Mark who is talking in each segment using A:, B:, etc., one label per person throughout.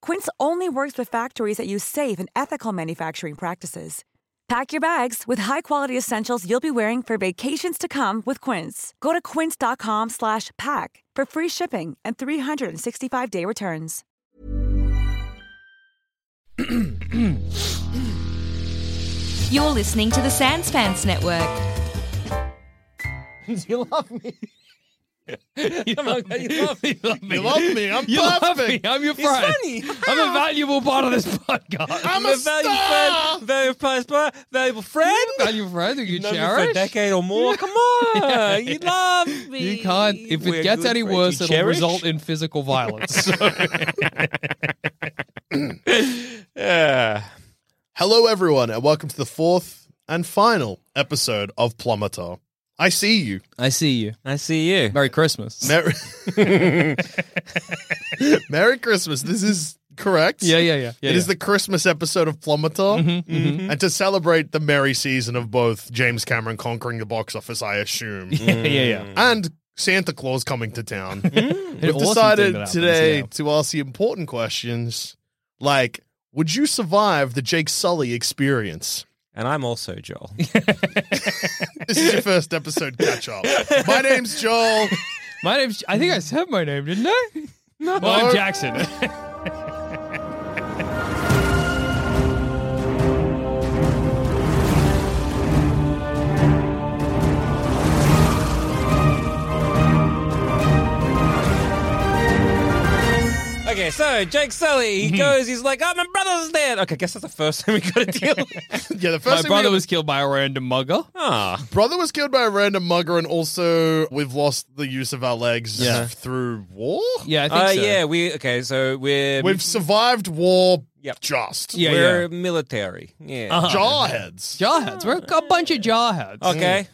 A: Quince only works with factories that use safe and ethical manufacturing practices. Pack your bags with high-quality essentials you'll be wearing for vacations to come with Quince. Go to quince.com slash pack for free shipping and 365-day returns.
B: You're listening to the Sanspants Network.
C: Do you love me?
D: You love me. You love me.
E: You love me. I'm
D: You love
E: perfect.
D: me. I'm your friend. I'm a valuable part of this podcast.
E: I'm
D: a
E: a star.
C: Valuable passport, valuable friend.
D: valuable friend who you
C: Known me for a
D: cherish.
C: decade or more. Come on, you love me.
D: You can't. If
C: We're
D: it gets
C: good
D: any
C: friends.
D: worse,
C: You
D: it'll
C: cherish?
D: result in physical violence. So-
C: Yeah.
E: Hello, everyone, and welcome to the fourth and final episode of Plummeter. I see you.
D: I see you.
C: I see you.
D: Merry Christmas.
E: Merry, Merry Christmas. This is correct.
D: yeah, yeah, yeah. yeah
E: It is
D: yeah. Mm-hmm,
E: the Christmas episode of Plummeter. And to celebrate the merry season of both James Cameron conquering the box office, I assume,
D: yeah, yeah, yeah.
E: and Santa Claus coming to town,
D: An
E: we've
D: awesome thing
E: decided
D: that happens,
E: today
D: yeah.
E: to ask the important questions like, would you survive the Jake Sully experience?
C: And I'm also Joel.
E: This is your first episode catch up. My name's Joel.
D: My name's. I think I said my name, didn't I? No. Well, I'm Jackson.
C: Okay, so Jake Sully, he goes, he's like, oh, my brother's dead. Okay, guess that's the first thing we got to deal with.
E: Yeah, the
D: my
E: first thing we-
D: brother was killed by a random mugger.
C: Ah,
E: brother was killed by a random mugger, and also we've lost the use of our legs
D: Yeah.
E: through war.
D: Yeah, I think
C: uh,
D: so.
C: yeah, we, okay, so we're,
E: We've survived war
C: Yep.
E: just.
D: Yeah,
C: we're
D: yeah.
C: military. Yeah.
D: Uh-huh.
E: Jawheads.
D: Jarheads. We're a bunch of jarheads.
C: Okay.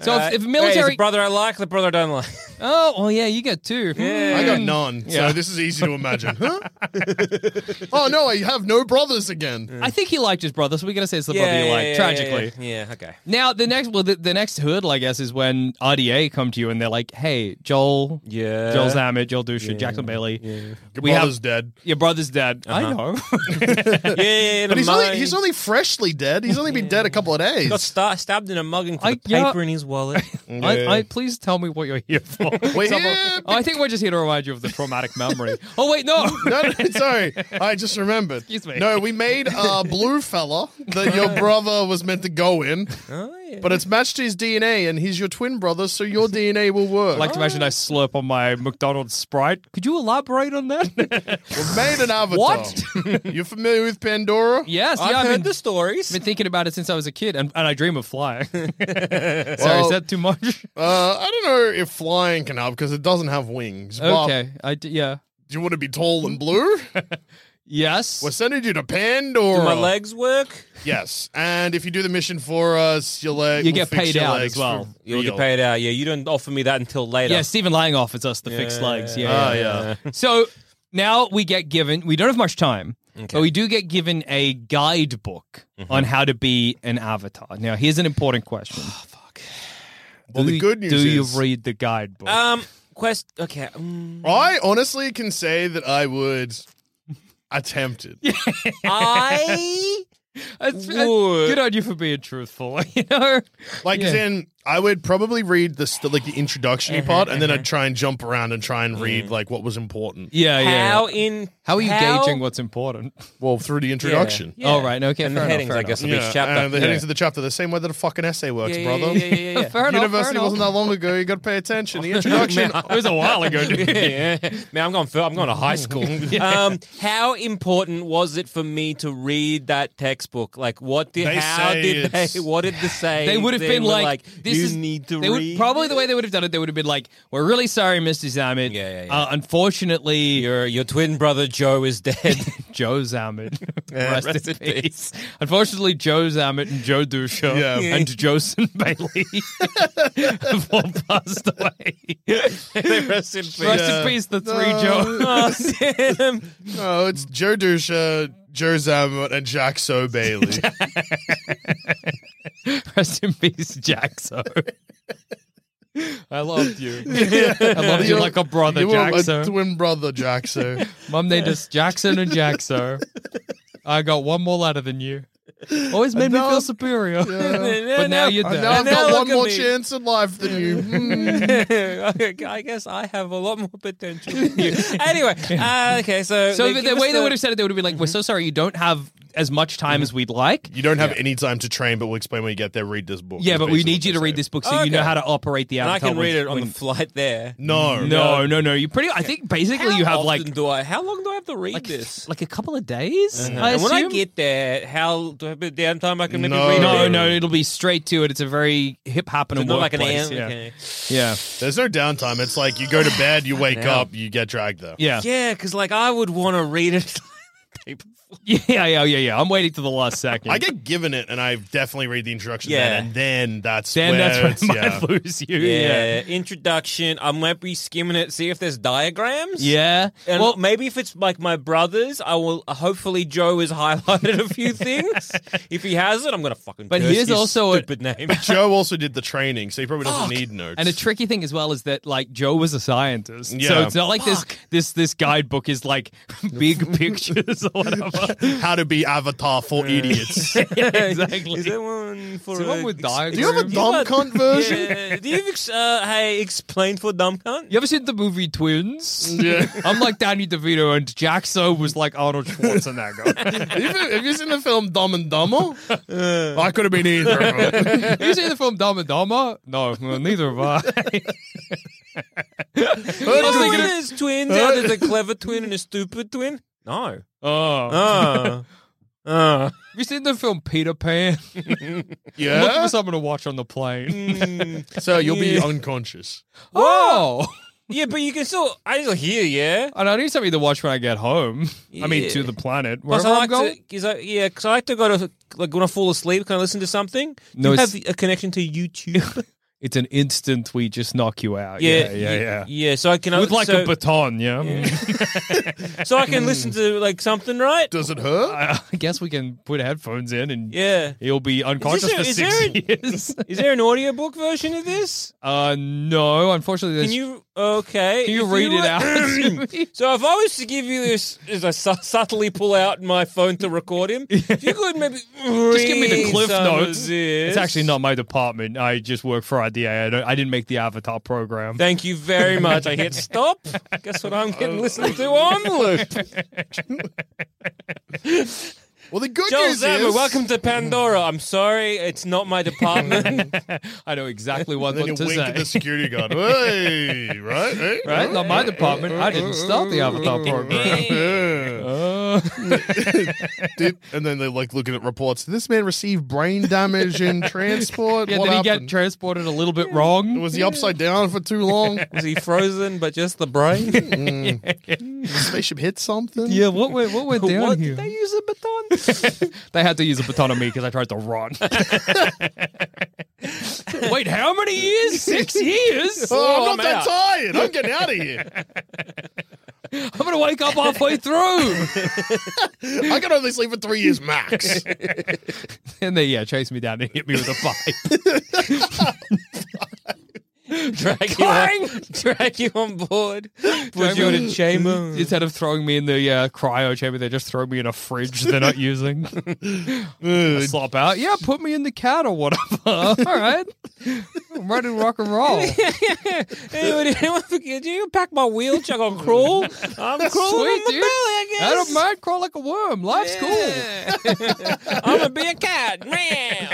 D: Mm. So if-
C: Uh,
D: if
C: wait, is
D: military-
C: the brother I like, the brother I don't like.
D: Oh, well, yeah, you get two.
C: Yeah.
E: I got none,
D: Yeah.
E: so this is easy to imagine. Huh? oh no, I have no brothers again.
D: I think he liked his brother, so we're gonna say it's the brother you like. tragically.
C: yeah, yeah. Yeah, okay.
D: Now the next, well, the, the next hurdle, I guess, is when RDA come to you and they're like, "Hey, Joel,
C: Yeah.
D: Joel Zammit, Joel Dusha, Jackson Bailey,
E: Your
D: we
E: brother's
D: have
E: dead,
D: your brother's dead.
C: Uh-huh.
D: I know.
C: Yeah, yeah, yeah
E: but he's only
C: mine.
E: he's only freshly dead. He's only been dead a couple of days.
C: got sta- stabbed in a mug and put
D: I-
C: the
D: yeah.
C: paper in his wallet.
D: I, I, please tell me what you're here for.
E: We're
D: Someone-
E: here
D: oh, I think we're just here to remind you of the traumatic memory. oh wait, no.
E: No, no, sorry. I just remembered.
D: Excuse me.
E: No, we made a blue fella that your brother was meant to go in,
C: oh, yeah.
E: but it's matched to his DNA, and he's your twin brother, so your DNA will work.
D: I'd like to imagine I slurp on my McDonald's Sprite. Could you elaborate on that?
E: we made an avatar.
D: What?
E: You're familiar with Pandora?
D: yes,
C: I've
D: yeah, I've
C: heard
D: been,
C: the stories.
D: been thinking about it since I was a kid, and, and I dream of flying. Sorry,
E: Well-
D: is that too much?
E: Uh, I don't know if flying can help because it doesn't have wings. but
D: Okay, I d- yeah.
E: Do you want to be tall and blue?
D: Yes.
E: We're sending you to Pandora.
C: Do my legs work?
E: Yes. And if you do the mission for us, your leg.
D: You
E: we'll
D: get
E: fix
D: paid
E: your
D: out
E: legs
D: as well.
E: for
C: You'll get
E: real.
C: paid out. Yeah, you don't offer me that until later.
D: Yeah, Stephen Lang offers us the fixed
C: Yeah.
D: legs. Yeah.
E: Oh,
D: yeah,
E: yeah.
D: yeah. so now we get given, we don't have much time, but we do get given a guidebook on how to be an avatar. Now, here's an important question.
E: Well,
D: do
E: the
D: you-
E: good news
D: Do you
E: is-
D: read the guidebook?
C: Um, quest. Okay. mm.
E: I honestly can say that I would attempt it.
C: I.
D: It's- it's-
C: would-
D: good on you for being truthful, you know?
E: Like, as
D: Yeah. Uh-huh,
E: in, I would probably read the st- like the introductory part, and then I'd try and jump around and try and read like what was
D: Oh,
E: important.
D: Yeah, yeah.
C: How in
D: How are you
C: how-
D: gauging what's important?
E: Well, through the introduction.
C: Yeah.
D: All right, okay,
C: and
D: fair
C: the
D: enough,
C: headings,
D: fair
C: I guess, of
E: Yeah,
C: each chapter.
E: and the headings of the chapter, the same way that a fucking essay works,
C: yeah, yeah,
E: brother.
C: yeah, yeah, yeah, yeah.
D: Fair enough,
E: University
D: fair
E: wasn't
D: enough.
E: that long ago. You got to pay attention. The introduction.
D: Man, it was a while ago, dude.
C: yeah. Man, I'm going. fur- I'm going to high school. um, how important was it for me to read that textbook? Like, what did?
E: They
C: how
E: say
C: did
E: it's-
C: they? What did they say?
D: They would have
C: They
D: been
C: were
D: like, "This
C: you
D: is
C: need to
D: they
C: read."
D: Would, probably the way they would have done it, they would have been like, "We're really sorry, Mr. Zamet.
C: Yeah, yeah, yeah.
D: Uh, unfortunately,
C: your your twin brother Joe is dead.
D: Joe Zamet, rest, in peace. Unfortunately, Joe Zamet and Joe Dusha
E: Yeah.
D: and Joseph Bailey have all passed away. Rest
C: Rest in peace.
D: in peace, the three
E: No.
D: Joes.
C: Oh, damn.
E: no, Oh, it's Joe Dusha, Joe Zamot, and Jack So Bailey.
D: Rest in peace, Jackso. I loved you. I loved you
E: You're-
D: like a brother,
E: you were my
D: Jackso.
E: twin brother, Jack So.
D: Mum named us Jackson and Jackso. I got one more letter than you. Always made me feel superior. But now you're
E: And
D: dead.
E: now Oh, I've
C: now
E: got
C: look
E: one
C: at
E: more
C: me.
E: chance in life than you. Hmm.
C: I guess I have a lot more potential than you. Anyway, uh, okay, so
D: So
C: they
D: the,
C: give
D: the
C: us Mm-hmm.
D: way they would have said it, they would have been like, "We're so sorry, you don't have as much time as we'd like."
E: You don't have any time to train, but we'll explain when you get there. Read this book.
D: Yeah,
E: is
D: but we
E: basically
D: need you
E: what
D: to
E: they
D: read
E: say.
D: this book so
C: Oh,
D: you know
C: okay.
D: how to operate the
C: and I
D: avatar.
C: can read
D: when-
C: it on
D: when-
C: the flight there.
E: No,
D: No, no, no. You pretty. I think basically
C: How
D: you have
C: often
D: like
C: do I? How long do I have to read
D: like,
C: this?
D: like a couple of days. I
C: Uh-huh. and when I
D: assume?
C: get there, how do I have a bit of downtime I can maybe
E: No.
C: read?
D: no,
C: it?
D: no, it'll be straight to it. It's a very hip hopping and
C: Not like an
D: workplace.
C: AM.
D: yeah.
C: Okay.
D: yeah,
E: there's no downtime. It's like you go to bed, you wake
C: Now.
E: up, you get dragged there.
D: yeah, yeah,
C: Yeah, because like I would want to read it.
D: yeah, yeah, yeah, yeah. I'm waiting to the last second.
E: I get given it, and I definitely read the introduction.
C: Yeah.
E: then, and then that's
D: then
E: where
D: that's
E: it's-
D: when I
E: yeah.
D: might lose you.
C: yeah.
D: Yeah,
C: introduction. I might be skimming it, see if there's diagrams.
D: yeah.
C: And
D: well,
C: maybe if it's like my brothers, I will. Hopefully, Joe has highlighted a few things. if he hasn't, I'm gonna fucking.
D: But
C: curse
D: here's
C: his
D: also a-
C: stupid name.
E: Joe also did the training, so he probably doesn't need notes.
D: And a tricky thing as well is that like Joe was a scientist, so
E: Yeah.
D: it's not like this this this guidebook is like big pictures or whatever.
E: How to be Avatar for idiots. Do
D: Yeah, exactly.
C: Is there one for
D: Is there one
C: a-
D: with
C: ex-
D: diagrams?
E: you have a dumb cunt version?
C: Yeah. Do you have ex- uh, hey explain for dumb cunt?
D: You ever seen the movie Twins?
E: Yeah.
D: I'm like Danny DeVito, and Jaxo was like Arnold Schwarzenegger.
E: Have, you, have you seen the film Dumb and Dumber? I could have been either. of them.
D: Have you seen the film Dumb and Dumber? No, well, neither have I.
C: Oh,
D: was thinking of-
C: there's twins. How there's a clever twin and a stupid twin. No.
D: Oh.
C: Uh, uh.
D: Have you seen the film Peter Pan?
E: Yeah.
D: Look for something to watch on the plane.
E: so you'll be
C: Yeah.
E: unconscious.
D: Oh,
C: Yeah, but you can still. I still hear. Yeah.
D: and I need something to watch when I get home. I mean,
C: Yeah.
D: to the planet. Wherever
C: Plus, I
D: I'm
C: like
D: going.
C: to, cause I, yeah, because I like to go to like when I fall asleep. Can I listen to something? Do
D: No,
C: you have
D: it's-
C: a connection to YouTube.
D: It's an instant we just knock you out. Yeah,
C: yeah,
D: yeah, yeah.
C: yeah. So I can
D: With like
C: so,
D: a baton, yeah.
C: so I can listen to like something, right?
E: Does it hurt?
D: I uh, I guess we can put headphones in and
C: Yeah.
D: he'll be unconscious
C: a-
D: for
C: is
D: six
C: there
D: years.
C: Is there an audiobook version of this?
D: uh, no, unfortunately,
C: Can
D: there's-
C: you okay?
D: can you
C: if
D: read it
C: were-
D: out to me?
C: So if I was to give you this, as I su- subtly pull out my phone to record him, if you could maybe
D: Just give me the cliff notes.
C: It's
D: It's actually not my department. I just work for IDA. I, don't, I didn't make the Avatar program.
C: Thank you very much. I hit stop. Guess what I'm getting listened to on loop.
E: Well, the good
C: Joel
E: news
C: Zammer,
E: is.
C: welcome to Pandora. I'm sorry, it's not my department.
D: I know exactly what,
E: And then you
D: what to
E: wink
D: say.
E: at the security guard. Hey, right? Hey,
D: Right? Not my department. I didn't start the Avatar program.
E: Yeah.
D: Uh,
E: Did- and then they're like looking at reports. Did this man receive brain damage in transport?
D: yeah,
E: what
D: did he get
E: happened?
D: transported a little bit wrong?
E: Was he upside down for too long?
C: Was he frozen, but just the brain?
E: Did the spaceship hit something?
D: yeah, what went, what went down
C: what
D: here?
C: did they use a baton?
D: They had to use a baton on me because I tried to run. Wait, how many years? Six years?
E: Oh,
C: Oh,
E: I'm not
C: I'm
E: that
C: out.
E: tired. I'm getting out of here.
D: I'm going to wake up halfway through.
E: I can only sleep for three years max.
D: and they, yeah, chased me down and hit me with a pipe.
C: drag you, on, drag you on board, put you in a chamber.
D: Instead of throwing me in the uh, cryo chamber, they just throw me in a fridge they're not using. I slop out. Yeah, put me in the cat or whatever. All right. I'm ready to rock and roll.
C: Anyone, anyone, forget- do you pack my wheelchair? I'm crawl. I'm crawling on
D: Sweet,
C: my
D: dude.
C: belly, I
D: I
C: guess.
D: don't mind crawl like a worm. Life's
C: cool. I'm gonna be a cat. Meow.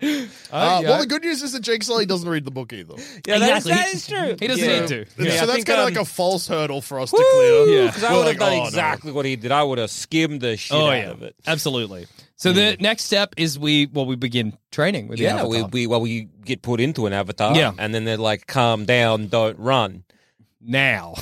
D: cool.
E: Uh,
D: yeah.
E: Well, the good news is that Jake Sully doesn't read the book either.
C: Yeah, that is-
D: Exactly.
C: that is true.
D: He doesn't need to.
C: Yeah, I
E: so that's
C: think,
E: kind of
C: um,
E: like a false hurdle for us to clear.
D: Yeah.
C: Because I
E: We're
C: would have
E: like,
C: done
E: oh, no.
C: exactly what he did. I would have skimmed the shit
D: Oh,
C: out of it.
D: absolutely. So the next step is we well we begin training with the
C: Yeah, we,
D: avatar.
C: we well we get put into an avatar,
D: Yeah.
C: and then they're like, "Calm down, don't run."
D: now.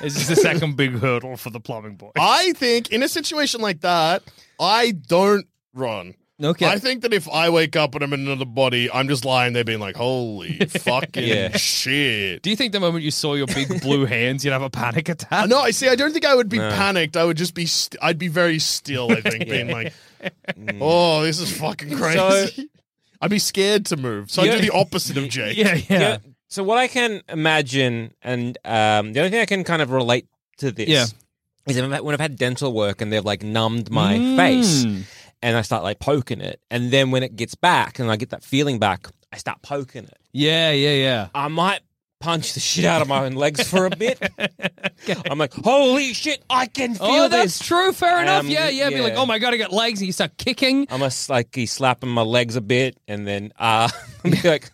D: this is the second big hurdle for the plumbing boy.
E: I think in a situation like that, I don't run.
D: Okay.
E: I think that if I wake up and I'm in another body, I'm just lying there being like, holy fucking
C: Yeah.
E: shit.
D: Do you think the moment you saw your big blue hands, you'd have a panic attack?
E: Uh, No, I see. I don't think I would be panicked. I would just be. St- I'd be very still. I think being like, "Oh, this is fucking crazy." I'd be scared to move, so I do
C: Yeah.
E: the opposite of Jake.
D: Yeah, yeah.
C: Yeah. So what I can imagine, and um, the only thing I can kind of relate to this,
D: Yeah.
C: is when I've- when I've had dental work and they've like numbed my face,
D: Mm.
C: and I start like poking it, and then when it gets back and I get that feeling back, I start poking it.
D: Yeah, yeah, yeah.
C: I might punch the shit out of my own legs for a bit. I'm like, holy shit, I can feel
D: Oh,
C: this.
D: that's true. Fair enough.
C: Um,
D: Yeah, yeah, Be like,
C: yeah.
D: oh my god, I got legs, and you start kicking.
C: I must like be slapping my legs a bit, and then uh, be like,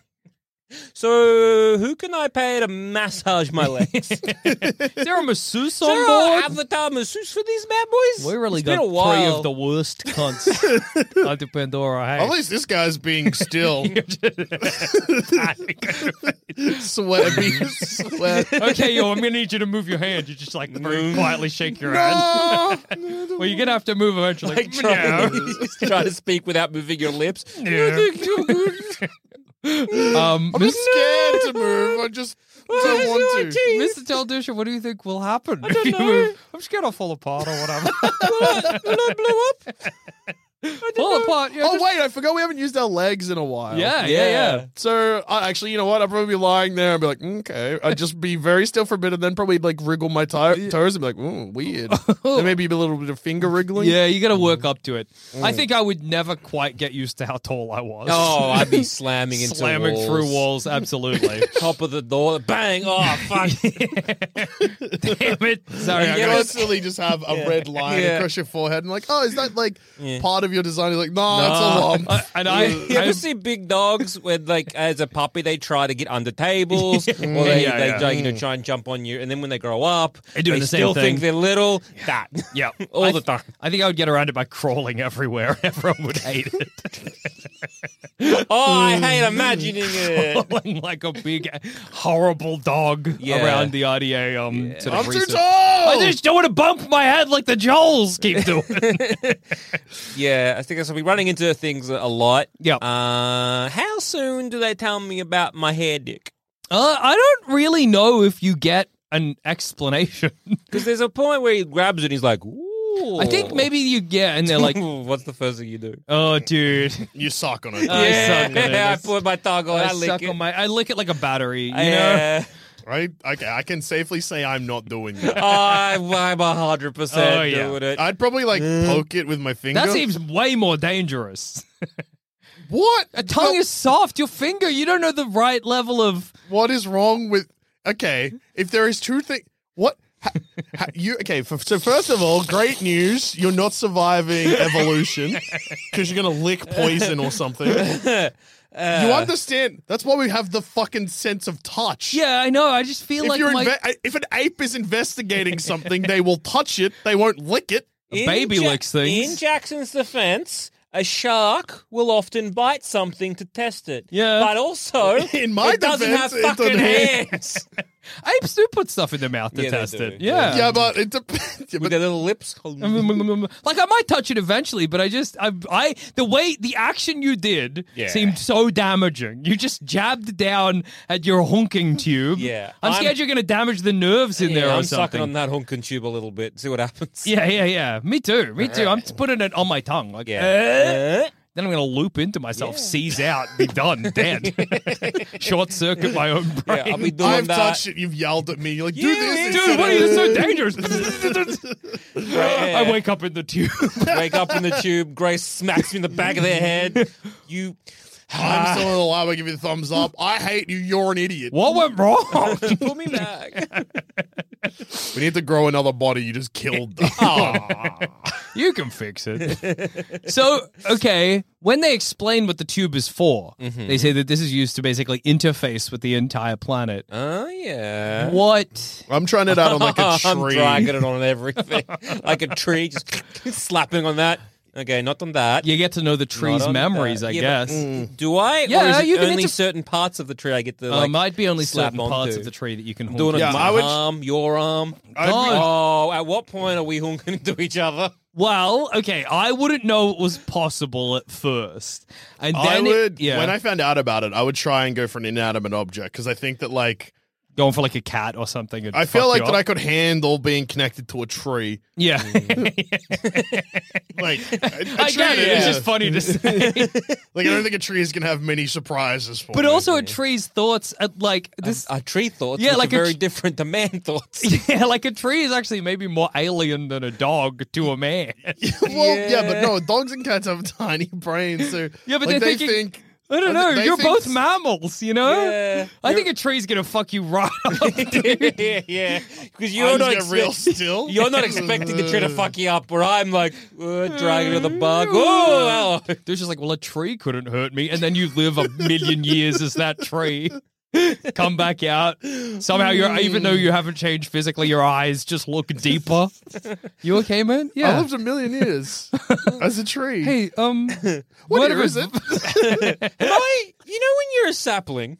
C: so who can I pay to massage my legs?
D: Is there a masseuse
C: Is
D: on
C: there an
D: board?
C: avatar masseuse for these bad boys?
D: we really
C: It's
D: got
C: been a while.
D: three of the worst cunts onto Pandora. Hey.
E: At least this guy's being still. sweat, be sweat.
D: okay, yo, I'm gonna need you to move your hand. You just like very quietly shake your hand.
E: Ah!
D: Well, you're gonna have to move eventually.
C: like trying, trying to speak without moving your lips.
D: No. um,
E: I'm
D: Mr.
E: just scared to move. I just don't want to.
D: Mr. Teldusha, what do you think will happen if
C: don't
D: you
C: know.
D: move? I'm scared I'll fall apart or whatever. fall apart? Yeah,
E: Oh
D: just-
E: wait, I forgot we haven't used our legs in a while.
D: yeah, yeah, yeah.
E: So I actually, you know what? I'd probably be lying there and be like, okay. I'd just be very still for a bit, and then probably like wriggle my ti- toes and be like, ooh, weird. then maybe a little bit of finger wriggling.
D: Yeah, you got to work up to it. I think I would never quite get used to how tall I was.
C: Mm. Oh, I'd be slamming into
D: slamming
C: walls.
D: through walls, absolutely.
C: Top of the door, bang! Oh fuck!
D: Damn it! Sorry, I
E: You
D: got-
E: constantly just have a red line
C: Yeah.
E: across your forehead and like, oh, is that like
C: Yeah.
E: part of your design? You're like, no, it's a lump.
D: I- and I,
C: You
D: I-
C: ever see big dogs when, like, as a puppy, they try to get under tables, or they,
D: Yeah,
C: they
D: yeah.
C: like, you know try and jump on you, and then when they grow up,
D: They're
C: they,
D: doing the same
C: still
D: thing.
C: think they're little. That
D: yeah,
C: all
D: I-
C: the time.
D: I think I would get around it by crawling everywhere. Everyone would hate it.
C: Oh, I hate imagining it.
D: Crawling like a big, horrible dog
C: Yeah.
D: around the IDA. Um, sort
E: I'm
D: of
E: too
D: research.
E: tall.
D: I just don't want to bump my head like the Joels keep doing.
C: Yeah, I think that's I'll be running into things a lot.
D: Yep.
C: Uh, how soon do they tell me about my hair dick?
D: uh, I don't really know if you get an explanation.
C: Because there's a point where he grabs it and he's like, ooh.
D: I think maybe you get, and they're like,
C: what's the first thing you do?
D: "Oh, dude,
E: you suck on it.
D: I suck on it.
C: I put my tongue on, I,
D: I
C: lick
D: suck
C: it.
D: on my, I lick it like a battery." You know,
C: yeah.
E: Right? Okay, I can safely say I'm not doing that.
C: I, I'm 100%
D: Oh, yeah.
C: doing it.
E: I'd probably like poke it with my finger.
D: that seems way more dangerous.
E: what?
D: A tongue is soft. Your finger, you don't know the right level of.
E: What is wrong with? Okay, if there is two things, what ha, ha, you? Okay, f so first of all, great news. You're not surviving evolution because you're gonna lick poison or something. you understand? That's why we have the fucking sense of touch.
D: Yeah, I know. I just feel
E: If
D: like
E: you're
D: my
E: inve- if an ape is investigating something, they will touch it. They won't lick it.
C: In
D: baby licks things.
C: In Jackson's defense, a shark will often bite something to test it.
D: Yeah.
C: But also,
E: In my
C: it doesn't
E: defense, it
C: have fucking
E: doesn't-
C: hands.
D: apes do put stuff in their mouth to
C: Yeah, they
D: test
C: do.
D: it. Yeah.
E: yeah, but it depends. Yeah,
C: With
E: but
C: their little lips.
D: Like I might touch it eventually, but I just I, I the way the action you did
C: Yeah.
D: seemed so damaging. You just jabbed down at your honking tube.
C: Yeah.
D: I'm,
C: I'm-
D: scared you're gonna damage the nerves in there
C: Yeah,
D: or
C: I'm
D: something.
C: sucking on that honkin' tube a little bit. See what happens.
D: Yeah, yeah, yeah. Me too. Me too. I'm just putting it on my tongue. Like,
C: Yeah.
D: eh? Then I'm going to loop into myself, seize out, be done, dead. Short circuit my own brain.
C: Yeah, I'll be doing
E: I've
C: that.
E: touched it. You've yelled at me. You're like, do
C: Yeah,
E: this.
D: Dude, what are you? It's so dangerous.
C: Yeah.
D: I wake up in the tube.
C: Wake up in the tube. Grace smacks me in the back of the head. You.
E: I'm still alive. I give you the thumbs up. I hate you. You're an idiot.
D: Ah. what went wrong?
C: Pull me back.
E: We need to grow another body. You just killed them.
D: Oh. you can fix it. so, okay, when they explain what the tube is for, they say that this is used to basically interface with the entire planet.
C: Oh yeah.
D: What?
E: I'm trying it out on like a
C: I'm
E: tree.
C: dragging it on everything like a tree, just slapping on that. Okay, not on that.
D: You get to know the tree's
C: Not on
D: memories,
C: that.
D: I
C: Yeah, but- mm,
D: guess.
E: Mm.
C: Do I? or
D: Yeah,
C: is it
D: you can
C: only
D: inter-
C: certain parts of the tree I get to
D: Uh,
C: like.
D: might be only
C: slap
D: certain parts
C: onto.
D: of the tree that you can
C: doing
D: hold.
C: it
E: Yeah,
C: with my
E: I would-
C: arm, your arm. oh, at what point are we honking into each other?
D: Well, okay, I wouldn't know it was possible at first, and then
E: I
D: it-
E: would,
D: yeah,
E: when I found out about it, I would try and go for an inanimate object because I think that, like,
D: going for like a cat or something. it'd
E: I feel
D: fuck
E: like
D: you
E: that
D: up.
E: I could handle being connected to a tree.
D: yeah,
E: Like, a, a
D: I
E: tree,
D: get it. It's
E: yeah.
D: just funny to say.
E: like, I don't think a tree is gonna have many surprises for
D: but
E: me.
D: also a tree's thoughts at like this
C: Our tree thoughts,
D: Yeah,
C: yeah,
D: like
C: like
D: a
C: are very
D: tr-
C: different to man thoughts.
D: yeah like a tree is actually maybe more alien than a dog to a man
E: well, yeah. but no, dogs and cats have tiny brains, so
D: Yeah, but they're
E: like, they
D: thinking-
E: think.
D: i don't
E: I
D: know
E: think they
D: you're
E: think-
D: both mammals you know
C: Yeah.
D: i think a tree's gonna fuck you right up dude.
C: yeah, yeah. Because
E: I
C: you're
E: just
C: not
E: get
C: expect-
E: real still.
C: You're not expecting the tree to fuck you up, where I'm like uh, dragging to the bug. Oh, hello.
D: Dude's just like well a tree couldn't hurt me and then you live a million years as that tree come back out somehow you're even though you haven't changed physically your eyes just look deeper you okay man
E: I
D: yeah
E: lived a million years as a tree.
D: hey um
E: what year
D: if-
E: is it?
C: Am I- you know when you're a sapling,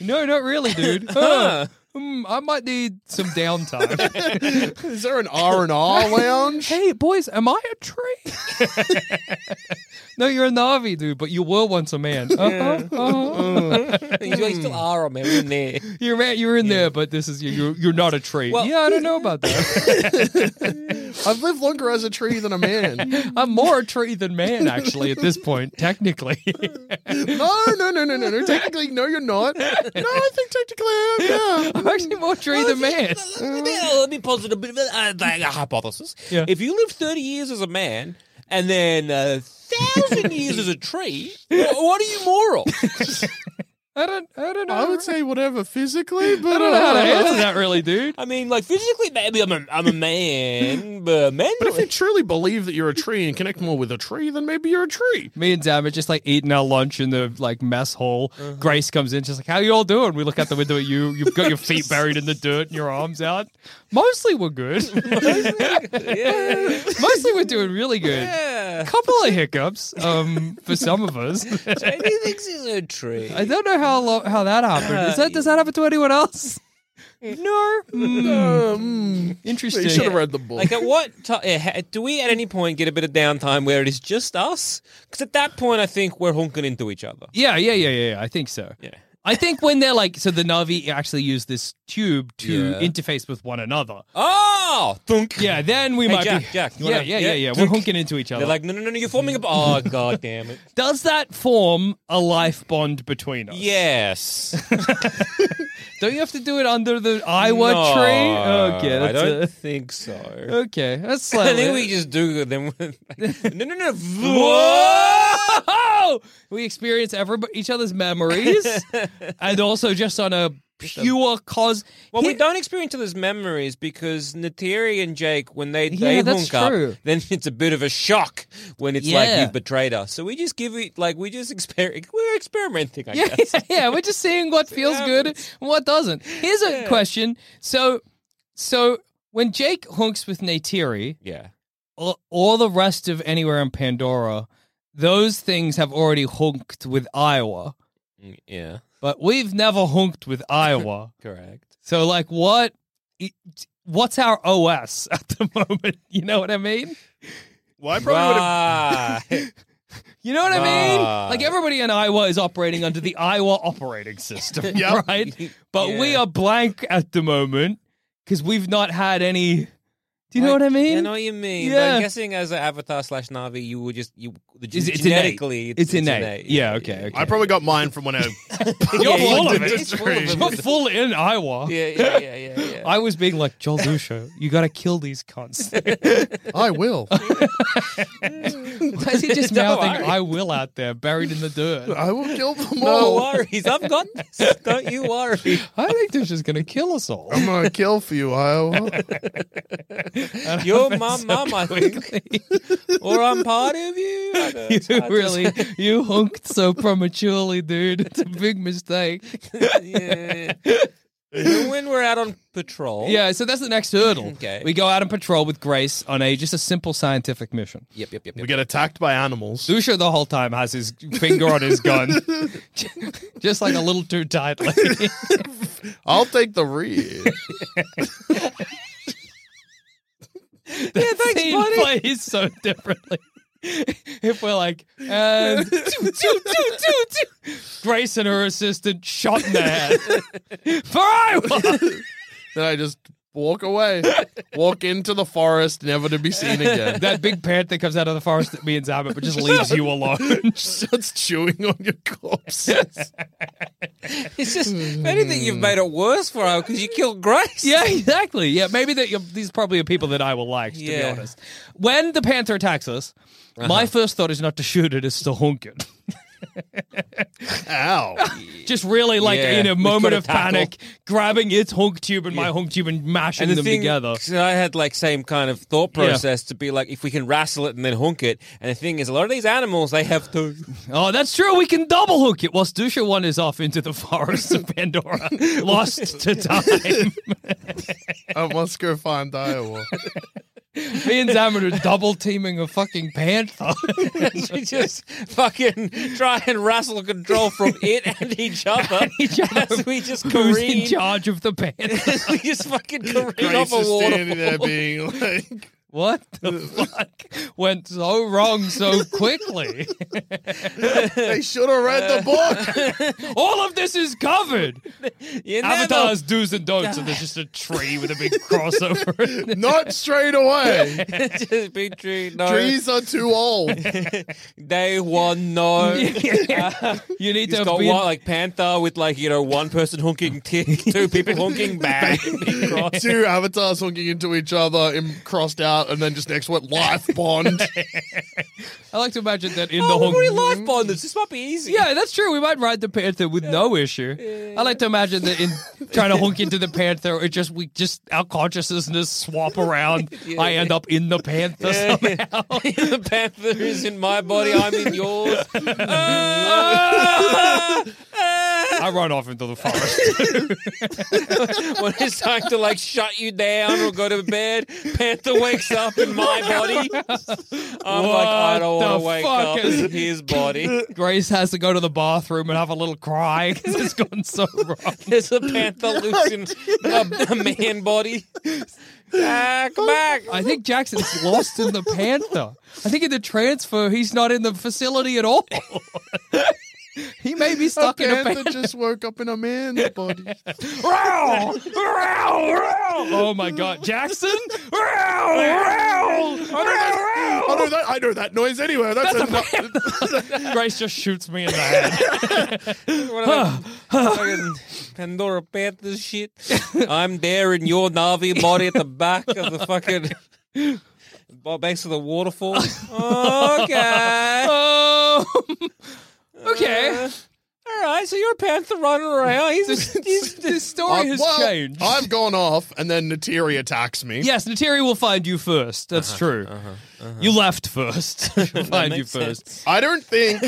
D: no not really dude huh. Hmm, i might need some downtime
E: is there an R and R lounge?
D: Hey boys, am I a tree? no, you're a Navi, dude, but you were once a man. Uh-huh, uh-huh.
C: you still are a man. We're in there.
D: You're man, you're in there, but this is you. You're, you're not a tree.
C: Well-
D: yeah, I don't know about that.
E: I've lived longer as a tree than a man.
D: I'm more a tree than man, actually, at this point, technically.
E: No, no, no, no, no, no. Technically, no, you're not. No, I think technically I am. Yeah.
D: I'm actually more tree than man.
C: Let me pose it a bit of a, uh, like a hypothesis.
D: Yeah.
C: If you live 30 years as a man and then a thousand years as a tree, wha- what are you more of?
D: I don't. I don't know.
E: I would say whatever physically, but
D: I don't know how to
E: uh,
D: answer that, really, dude.
C: I mean, like physically, maybe I'm a, I'm a man, but
E: but if you
C: mentally.
E: truly believe that you're a tree and connect more with a tree, then maybe you're a tree.
D: Me and Zam are just like eating our lunch in the like mess hall. Grace comes in, she's like, "How you all doing?" We look out the window at you. You've got your feet buried in the dirt and your arms out. Mostly we're good. Mostly we're doing really good.
C: Yeah.
D: Couple of hiccups um, for some of us.
C: Maybe he thinks he's a tree.
D: I don't know how lo- how that happened. Is that does that happen to anyone else? No. Mm.
E: Um, you should
D: Interesting.
E: have read the book.
C: Like at what time do we at any point get a bit of downtime where it is just us? Because at that point, I think we're honking into each other.
D: Yeah, yeah, yeah, yeah, yeah. I think so.
C: Yeah.
D: I think when they're like, so the Navi actually use this tube to
C: Yeah.
D: interface with one another.
C: Oh, thunk.
D: Yeah, then we
C: Hey,
D: might
C: Jack,
D: be.
C: Jack, you
D: yeah,
C: wanna-
D: yeah, yeah, yeah.
C: yeah,
D: We're
C: drink.
D: honking into each other.
C: They're like, no, no, no, no, you're forming a. Oh, god damn it.
D: Does that form a life bond between us?
C: Yes.
D: Don't you have to do it under the Iowa
C: No,
D: tree? Okay,
C: I
D: that's
C: don't
D: a-
C: think so.
D: okay, that's
C: I
D: slightly.
C: think we just do it. Then we're like, no, no, no.
D: Whoa! Oh! We experience every, each other's memories, and also just on a pure cause.
C: Well, we
D: Here-
C: don't experience each other's memories because Natiri and Jake, when they
D: Yeah,
C: they
D: that's
C: hook up,
D: true.
C: then it's a bit of a shock when it's
D: Yeah.
C: like you betrayed us. So we just give it like we just exper- we're experimenting. I
D: yeah,
C: guess.
D: yeah, we're just seeing what feels good and what doesn't. Here's a question: so, so when Jake hunks with Neytiri,
C: Yeah.
D: all, all the rest of anywhere in Pandora, those things have already honked with Iowa,
C: Mm, Yeah.
D: but we've never honked with Iowa.
C: Correct.
D: so, like, what? it- What's our OS at the moment? You know what I mean?
E: well, I probably would have
C: Right.
D: You know what I mean?
C: Right.
D: Like everybody in Iowa is operating under the Iowa operating system,
E: Yep.
D: right? But we
C: Yeah.
D: are blank at the moment because we've not had any Do you know what I mean?
C: I know what you mean. But
D: Yeah.
C: I'm guessing as an avatar slash Navi, you would just you the
D: Is it- it's innate.
C: genetically
D: It's innate. Yeah, okay, okay.
E: I probably got mine from when I
D: You're
C: yeah,
D: full
C: yeah,
D: of it.
C: it's full of it.
D: You're full in Iowa.
C: Yeah, yeah, yeah, yeah. yeah.
D: I was being like Joel Dusha. You got to kill these cunts.
E: I will.
D: Why is he just
C: No,
D: mouthing
C: I-
D: "I will" out there, buried in the dirt?
E: I will kill them
C: no
E: all.
C: worries. I've got this. Don't you worry.
D: I think Dusha's gonna kill us all.
E: I'm gonna kill for you, Iowa.
C: You're my mum, I think. or I'm part of you. I know,
D: You
C: it's hard to-
D: really, you honked so prematurely, dude. It's a big mistake.
C: yeah. But when we're out on patrol.
D: Yeah, so that's the next hurdle.
C: Okay.
D: We go out and patrol with Grace on a just a simple scientific mission.
C: Yep, yep, yep.
E: We
C: yep.
E: get attacked by animals.
D: Dusha the whole time has his finger on his gun, just like a little too tightly.
E: I'll take the rear.
D: yeah, thanks, scene buddy. plays so differently. if we're like, uh, and Grace and her assistant shot in the head for Iowa.
E: then I just walk away, walk into the forest, never to be seen again.
D: that big panther comes out of the forest at me and Zabit, but just leaves you alone.
E: starts chewing on your corpse.
C: It's just, if anything, you've made it worse for her because you killed Grace.
D: yeah, exactly. Yeah, maybe that you're, these probably are people that I will like. To
C: Yeah.
D: be honest, when the panther attacks us, my first thought is not to shoot it, is to honk it.
E: Ow.
D: Just really like
C: Yeah,
D: in a
C: we've
D: moment
C: got a
D: of
C: tackle.
D: panic, grabbing its honk tube and my honk tube and mashing
C: And the
D: them
C: thing,
D: together.
C: 'cause I had like same kind of thought
D: Yeah.
C: process to be like, if we can wrestle it and then honk it. And the thing is, a lot of these animals, they have to.
D: Oh, that's true. We can double hook it. Whilst Dusha one is off into the forest of Pandora, lost to time.
E: I must go find Iowa.
D: Me and Zaman are double teaming a fucking panther.
C: you just fucking try and wrestle control from it and each other.
D: Each other.
C: As we just
D: Who's in
C: careen.
D: charge of the panther?
C: as we just fucking careen
E: Grace
C: off a
E: is
C: waterfall.
E: standing there being like,
D: What the
C: Uh,
D: fuck went so wrong so quickly?
E: they should have read the book.
D: All of this is covered.
C: You know,
D: Avatar's do's and don'ts, and there's just a tree with a big cross over it.
E: Not straight away.
C: just be true. No,
E: Trees are too old.
C: they won. No, Uh,
D: You need
C: Just
D: to
C: got
D: be
C: one like Panther with like you know one person honking tick, two people honking bang. big cross.
E: Two avatars honking into each other and crossed out, and then just next one, life bond.
D: I like to imagine that in the
C: Oh, we've
D: whole
C: already life bonded. This might be easy.
D: Yeah, that's true. We might ride the panther with no issue. I like to imagine that in trying to honk into the panther, it just we just our consciousness swap around. I end up in the panther.
C: Yeah,
D: somehow.
C: yeah. the panther is in my body. I'm in yours. Ah!
D: I run off into the forest.
C: when it's time to like shut you down or go to bed, panther wakes up in my body. I'm like, I don't
D: What
C: want
D: the
C: to wake
D: fuck
C: up
D: is-
C: in his body.
D: Grace has to go to the bathroom and have a little cry because it's gone so wrong.
C: There's a panther loose in a, a man body. Back, back.
D: Oh. I think Jackson's lost in the panther. I think in the transfer, he's not in the facility at all. he may be
E: A
D: stuck in a
E: panther
D: panther.
E: just woke up in a man's body.
D: Row! Row! Row! Oh my god, Jackson! Row! Row! Row!
E: I know that. I know that noise anyway. That's, enough.
D: row! Grace just shoots me in the head.
C: One of them fucking Pandora Panthers shit. I'm there in your Navi body at the back of the fucking bo- base of the waterfall. Okay.
D: Oh, okay.
C: Uh, all right, so you're a panther running around. He's,
D: This,
C: he's
D: this story
E: I've-
D: has
E: Uh, well,
D: changed.
E: I've gone off, and then Natiri attacks me.
D: Yes, Nateri will find you first. That's
C: Uh-huh,
D: true. You left first. She'll find you
C: makes
D: first.
E: I don't think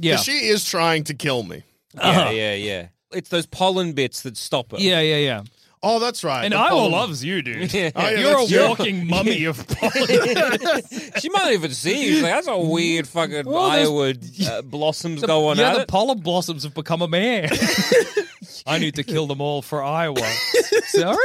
D: Yeah.
E: she is trying to kill me.
C: yeah, yeah, yeah. It's those pollen bits that stop it.
D: yeah, yeah, yeah.
E: Oh, that's right.
D: And
E: The
D: Iowa
E: pollen-
D: loves you, dude.
E: Oh, yeah,
D: You're
E: that's true.
D: a walking mummy of pollen.
C: she might even see. you. She's like, that's a weird fucking
D: Well, there's-
C: Iowa uh, blossoms going
D: yeah,
C: at
D: the
C: it.
D: pollen blossoms have become a man. I need to kill them all for Iowa. Sorry?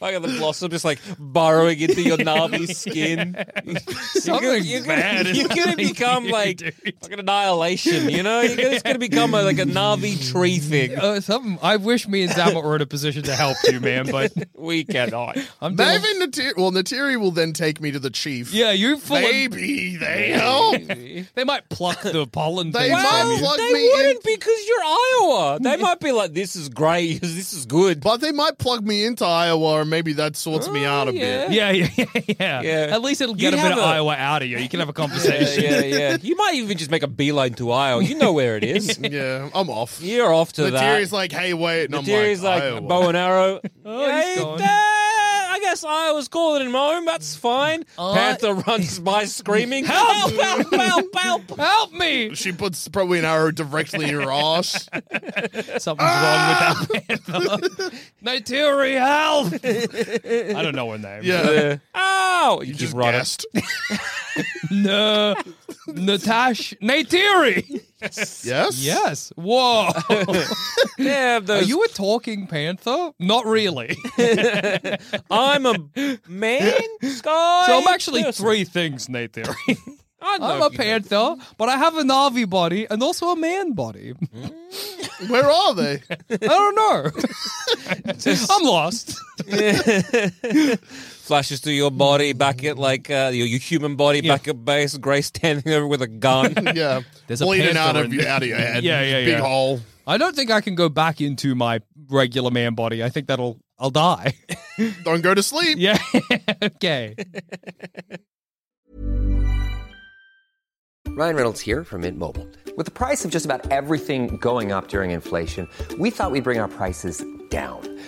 C: Fucking the blossom just like burrowing into your Navi skin. You're gonna,
D: Something
C: you're
D: bad
C: gonna,
D: is
C: you're gonna
D: something
C: become
D: you
C: like
D: do.
C: fucking annihilation, you know? You're gonna, it's gonna become a, like a Navi tree thing.
D: Uh, something. I wish me and Zamet were in a position to help you, man, but
C: We cannot.
D: I'm doing-
E: Maybe Natiri. Well, Natiri will then take me to the chief.
D: Yeah, you full of-
E: Maybe they help.
D: They might pluck the pollen
E: They
D: thing
E: might
D: from
C: Well,
D: you.
E: plug
C: they
E: me in.
C: wouldn't because you're Iowa. They might be like, this is great, this is good.
E: But they might plug me into Iowa, or maybe that sorts me
C: Oh,
E: out a
C: yeah.
E: bit.
D: Yeah, yeah, yeah,
C: Yeah.
D: At least it'll
C: You
D: get a bit
C: have
D: of
C: a-
D: Iowa out of you. You can have a
C: Yeah,
D: conversation.
C: yeah, yeah. You might even just make a beeline to Iowa. You know where it is.
E: Yeah, I'm off.
C: You're off to that.
E: Natiri's like, hey, wait. And I'm
C: Natiri's
E: like,
C: like,
E: Iowa.
C: bow and arrow.
D: Oh, he's
C: Hey,
D: gone.
C: Dad, I guess I was calling him home. That's fine.
D: Uh,
C: Panther runs by screaming, help, help, help, help.
D: Help me!
E: She puts probably an arrow directly in your ass.
D: Something's wrong with that panther. Natiri, help! I don't know her name.
E: Yeah.
C: Ow! You,
E: You
C: just
E: just
C: run it.
E: guessed.
D: No, Natash Natiri.
E: yes?
D: Yes. Whoa.
C: Yeah,
D: Are
C: those,
D: you a talking panther? Not really.
C: I'm a man, Sky.
D: So I'm actually
C: person.
D: three things, Natiri.
C: I know
D: I'm a
C: if you-
D: panther, but I have an Navi body and also a man body.
C: Mm.
E: Where are they?
D: I don't know. I'm lost.
C: Flashes through your body back at like uh, your, your human body back at base. Grace standing over with a gun.
E: Yeah.
D: There's a
E: Bleeding
D: panther
E: out of,
D: in-
E: your, out of your head.
D: Yeah, yeah,
E: Big
D: yeah.
E: hole.
D: I don't think I can go back into my regular man body. I think that'll I'll die.
E: Don't go to sleep.
D: yeah. okay.
F: Ryan Reynolds here from Mint Mobile. With the price of just about everything going up during inflation, we thought we'd bring our prices down.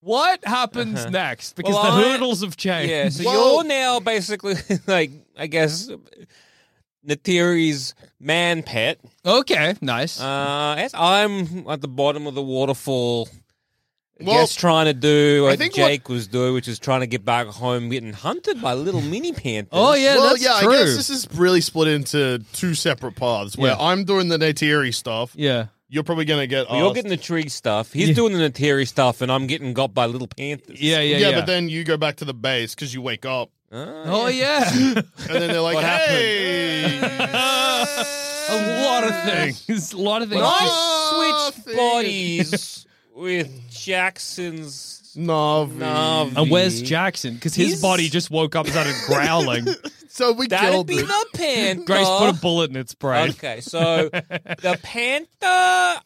D: What happens next? Because
C: Uh-huh. Well,
D: the
C: I-
D: hurdles have changed.
C: Yeah, so
E: Well-
C: you're now basically like I guess Natiri's man pet.
D: Okay, nice.
C: Uh, as I'm at the bottom of the waterfall. I
E: Well,
C: guess trying to do what
E: think what-
C: Jake was doing, which is trying to get back home, getting hunted by little mini panthers.
D: oh yeah,
E: well,
D: that's
E: yeah,
D: true.
E: I guess this is really split into two separate paths where
D: Yeah.
E: I'm doing the Natiri stuff.
D: yeah.
E: You're probably going to get.
C: Well, you're
E: asked-
C: getting the tree stuff. He's doing the Natiri stuff, and I'm getting got by little panthers.
D: Yeah, yeah,
E: yeah,
D: yeah.
E: but then you go back to the base because you wake up.
D: oh yeah.
E: And then they're like,
C: What happened?
E: hey.
D: a lot of things. A lot of things. Oh! Ah,
C: I
E: Nothing.
C: switched bodies with Jackson's
E: Navi.
C: Navi.
D: And where's Jackson? Because his
C: He's-
D: body just woke up and started growling.
E: So we
C: That'd
E: killed
C: be
E: it.
C: the panther.
D: Grace put a bullet in its brain.
C: Okay, so the panther,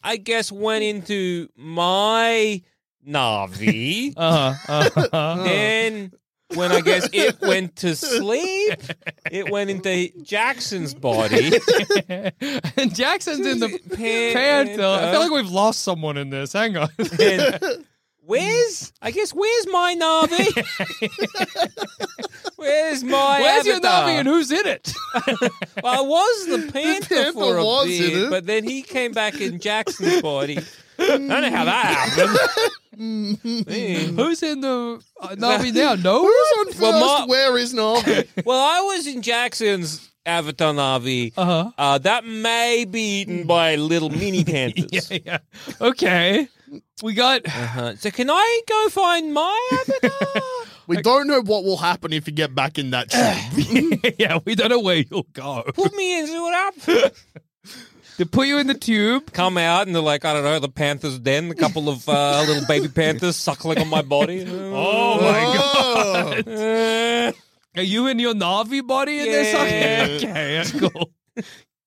C: I guess, went into my Navi.
D: Uh huh. Uh-huh.
C: Then, when I guess it went to sleep, it went into Jackson's body.
D: and Jackson's in the
C: Pan-
D: panther. I feel like we've lost someone in this. Hang on.
C: And where's, I guess, where's my Navi? where's my
D: Where's your
C: avatar?
D: Navi and who's in it?
C: Well, I was the panther,
E: panther
C: for a
E: was in
C: bit,
E: it.
C: but then he came back in Jackson's body. I don't know how that happened. Man.
D: who's in the uh, Navi now? No one?
E: Who's on first?
C: Well, Ma-
E: Where is Navi?
C: well, I was in Jackson's avatar Navi.
D: Uh-huh.
C: Uh, that may be eaten by little mini panthers.
D: Yeah, yeah. Okay. We got.
C: Uh, so can I go find my avatar?
E: we don't know what will happen if you get back in that tree.
D: yeah, we don't know where you'll go.
C: Put me in, see what happens.
D: They put you in the tube.
C: Come out and they're like, I don't know, the Panthers den, a couple of uh, little baby Panthers suckling on my body.
D: Oh my god.
E: Oh,
C: Uh,
D: Are you in your Navi body in this? Okay, okay, that's cool.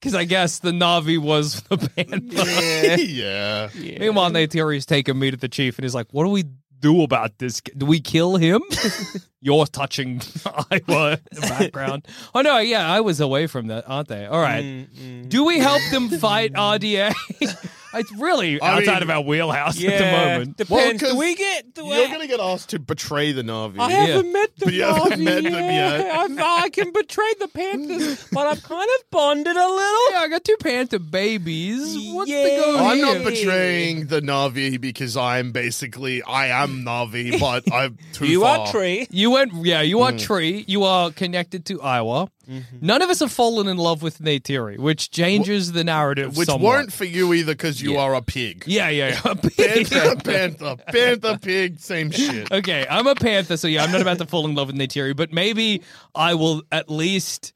D: Because I guess the Navi was the Panther.
E: yeah.
D: Meanwhile, Nate Theory's taken me to the chief and he's like, What do we do about this? Do we kill him? You're touching Iowa in the background. oh, no, yeah, I was away from that, aren't they? All right. Do we help them fight RDA? it's really
E: I
D: outside
E: mean,
D: of our wheelhouse at the
C: yeah,
D: moment.
E: Well,
C: depends. Do
E: 'cause
C: we get? Do
E: You're
C: I-
E: gonna get asked to betray the Navi.
C: I haven't met the
E: But you haven't
C: Navi
E: met them yet.
C: yet. I've- I can betray the Panthers, but I've kind of bonded a little.
D: Yeah, I got two Panther babies. What's the
C: Yeah.
D: go
E: I'm not
D: here?
E: betraying the Navi because I'm basically I am Navi, but I'm too
C: You
E: far.
C: are tree.
D: You went, yeah, you
E: Mm.
D: are tree. You are connected to Iowa.
E: Mm-hmm.
D: None of us have fallen in love with Nate Theory, which changes the narrative
E: Which
D: somewhat.
E: weren't for you either because you are a pig.
D: yeah, yeah, yeah.
E: Panther, panther, panther, pig, same shit.
D: okay, I'm a Panther, so yeah, I'm not about to fall in love with Nate Theory, but maybe I will at least.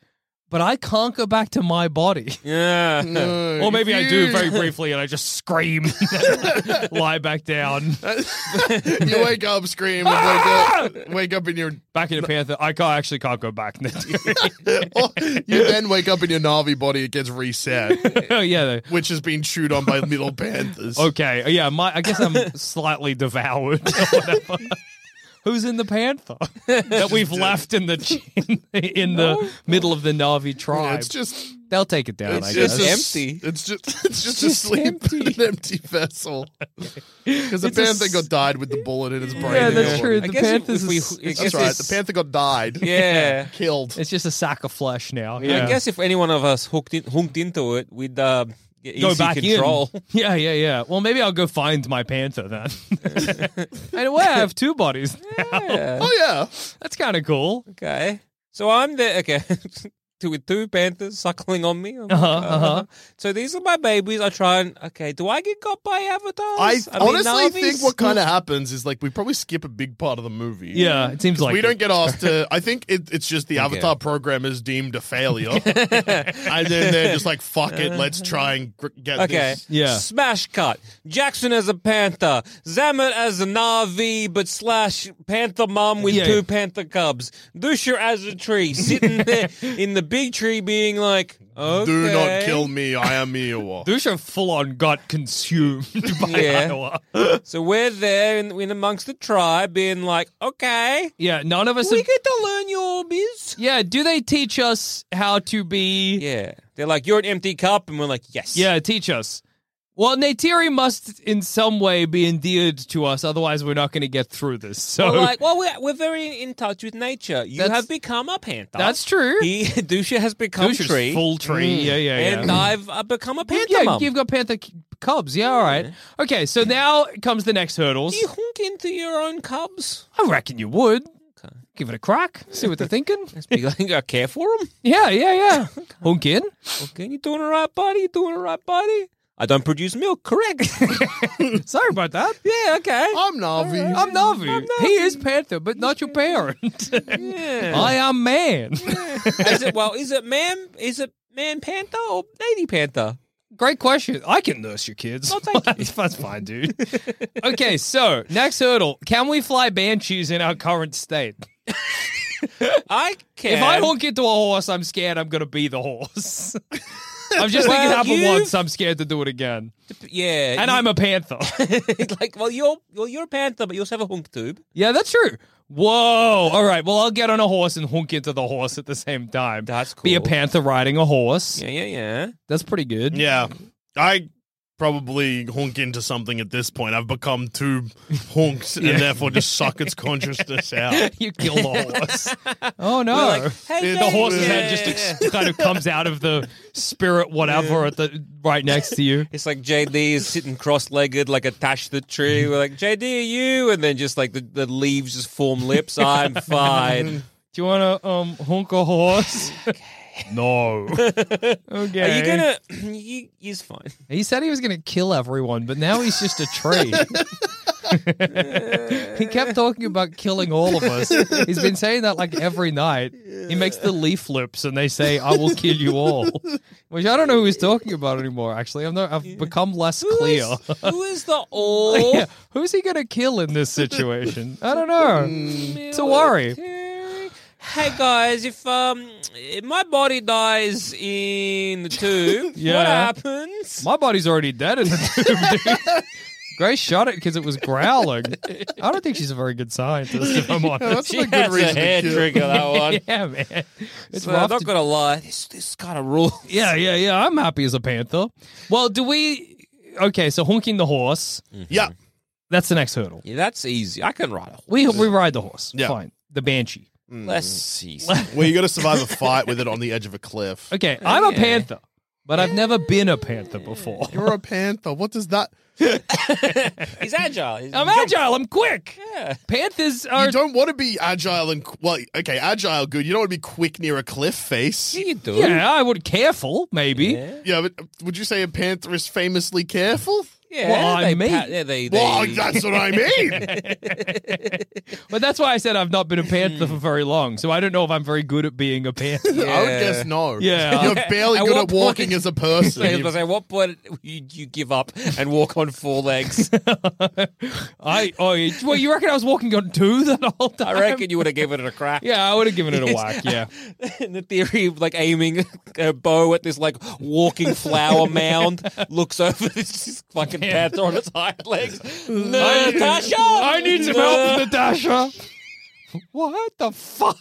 D: But I can't go back to my body.
C: Yeah.
E: No,
D: Or maybe
E: if
D: I do
E: you-
D: very briefly and I just scream, lie back down,
E: you wake up, scream,
D: Ah!
E: and wake up, wake up in your.
D: back into Panther. I can't, actually can't go back. Nate Theory.
E: or you then wake up in your Navi body. It gets reset,
D: oh, yeah. though.
E: which has been chewed on by little panthers.
D: Okay, yeah, my I guess I'm slightly devoured. Or whatever. Who's in the panther that we've left in the in the, in the middle of the Navi
E: Yeah,
D: tribe?
E: it's just.
D: They'll take it down.
E: It's
D: I
E: just
D: guess.
C: guess.
E: a-
C: Empty.
E: It's just it's just, a sleep in an empty vessel. Because the
D: It's a
E: panther
D: s-
E: got died with the bullet in his brain.
D: yeah,
E: and
D: that's
E: all.
D: true.
C: I
D: The
C: guess if-
D: Panthers
C: if we-
D: is-
C: I
D: That's
C: guess
E: That's right.
C: if-
E: The panther got died.
C: Yeah.
E: killed.
D: it's just a sack of flesh now.
C: I guess if any one of us hooked in, hooked into it, we'd uh, get easy
D: go back
C: control.
D: in. Yeah, yeah, yeah. Well, maybe I'll go find my panther then. and way I have two bodies. now.
E: oh yeah.
D: That's kind of cool.
C: Okay. So I'm there. Okay. Two, with two panthers suckling on me. I'm like,
D: Uh-huh,
C: uh,
D: uh-huh.
C: So these are my babies. I try and okay. Do I get got by avatars?
E: I,
C: mean,
E: honestly think
C: Na'vis?
E: what kind of happens is like we probably skip a big part of the movie.
D: Yeah, it seems like
E: we
D: it.
E: don't get asked to. I think it, it's just the Avatar program is deemed a failure, and then they're just like, "Fuck it, let's try and gr- get
C: Okay.
E: this."
D: Yeah.
C: Smash cut. Jackson as a panther. Zamet as a Navi, but slash panther mom with
D: Yeah.
C: two panther cubs. Dusher as a tree, sitting there in the big tree, being like, okay.
E: Do not kill me. I am Iowa.
D: Dusha full on got consumed by
C: Yeah.
D: Iowa.
C: So we're there in, in amongst the tribe, being like, okay,
D: Yeah, none of us.
C: we
D: have-
C: get to learn your biz.
D: Yeah, do they teach us how to be?
C: Yeah. They're like, you're an empty cup. And we're like, yes.
D: Yeah, teach us. Well, Neytiri must in some way be endeared to us, otherwise we're not going to get through this. So
C: We're like, well, we're, we're very in touch with nature. You
D: That's-
C: have become a panther.
D: that's true.
C: He, Dusha has become
D: Dusha's
C: tree.
D: full tree. Yeah, yeah, yeah.
C: And I've uh, become a panther
D: yeah,
C: mum.
D: you've got panther c- cubs. Yeah, all right. Okay, so now comes the next hurdles.
C: Do you honk into your own cubs?
D: I reckon you would. Give it a crack. See what they're thinking.
C: Be like, I care for them.
D: yeah, yeah, yeah. Hunk in.
C: Okay, you doing all right, buddy? You doing all right, buddy? I don't produce milk, correct?
D: Sorry about that.
C: yeah, okay.
E: I'm Navi.
D: I'm Navi. He is Panther, but not your parent. I am man.
C: Is it well? Is it man? Is it man panther or lady panther?
D: Great question. I can nurse your kids. that's, that's fine, dude. okay, so next hurdle: Can we fly banshees in our current state?
C: I can.
D: If I honk into a horse, I'm scared I'm going to be the horse. I'm just
C: Well,
D: thinking it happened
C: you've-
D: once. I'm scared to do it again,
C: yeah,
D: and
C: you-
D: I'm a panther.
C: like, well, you're well, you're a panther, but you also have a honk tube.
D: yeah, that's true. Whoa! All right. Well, I'll get on a horse and honk into the horse at the same time.
C: That's cool.
D: Be a panther riding a horse.
C: Yeah, yeah, yeah.
D: That's pretty good.
E: Yeah, I probably honk into something at this point. I've become two honks, and therefore just suck its consciousness out.
D: You kill the horse. oh no!
C: Hey,
D: the
C: yeah,
D: horse's
C: yeah,
D: head just
C: yeah, yeah.
D: ex- kind of comes out of the spirit, whatever, at the right next to you.
C: It's like JD is sitting cross-legged, like attached to the tree. We're like, JD, are you? And then just like the, the leaves just form lips. I'm fine.
D: Do you want to um honk a horse? no. okay.
C: Are you gonna? You, he's fine.
D: He said he was gonna kill everyone, but now he's just a tree. He kept talking about killing all of us. He's been saying that like every night. He makes the leaf flips and they say, I will kill you all. Which I don't know who he's talking about anymore, actually. I'm not, I've become less
C: Who
D: clear.
C: is, who is the all?
D: Yeah, Who's he going to kill in this situation? I don't know. Mm. It's a worry.
C: Hey guys, if um if my body dies in the tube,
D: Yeah.
C: what happens?
D: My body's already dead in the tomb, dude. Grace shot it because it was growling. I don't think she's a very good scientist, if I'm honest.
E: That's not a good reason to kill.
C: that one.
D: yeah, man. It's
C: So I'm
D: rough
C: not
D: to-
C: gonna lie, this this kind of rule.
D: Yeah, yeah, yeah. I'm happy as a panther. Well, do we? Okay, so honking the horse.
E: Yeah.
D: That's the next hurdle.
C: Yeah, that's easy. I can ride a horse.
D: We we ride the horse.
E: Yeah.
D: Fine. The banshee.
C: Less easy.
E: Well, you got to survive a fight with it on the edge of a cliff.
D: Okay, I'm a panther, but I've never been a panther before.
E: You're a panther. What does that?
C: He's agile. He's
D: I'm
C: jump-
D: agile. I'm quick.
C: Yeah.
D: Panthers
E: You
D: are.
E: don't want to be agile and qu- well, okay, agile, good. You don't want to be quick near a cliff face.
C: Yeah, you do.
D: Yeah, I would careful maybe.
E: Yeah, but uh, would you say a panther is famously careful?
C: Yeah,
D: Well, I
C: they
D: mean-
C: pat- yeah, they, they,
E: Well, that's what I mean.
D: But that's why I said I've not been a panther
C: Hmm.
D: for very long, so I don't know if I'm very good at being a panther.
E: I would
C: Yeah.
E: guess no.
D: Yeah.
E: You're
D: Okay.
E: barely
C: At
E: good
C: what
E: at walking
C: point-
E: as a
C: I was
E: person.
C: gonna say, what point would you give up and walk on four legs?
D: I oh you- well, you reckon I was walking on two that whole time?
C: I reckon you would have given it a crack.
D: Yeah, I would have given it a whack. Yeah.
C: In the theory of like aiming a bow at this like walking flower mound, looks over this just fucking panther on its hind legs. Natasha,
D: I need some help, Natasha. What the fuck?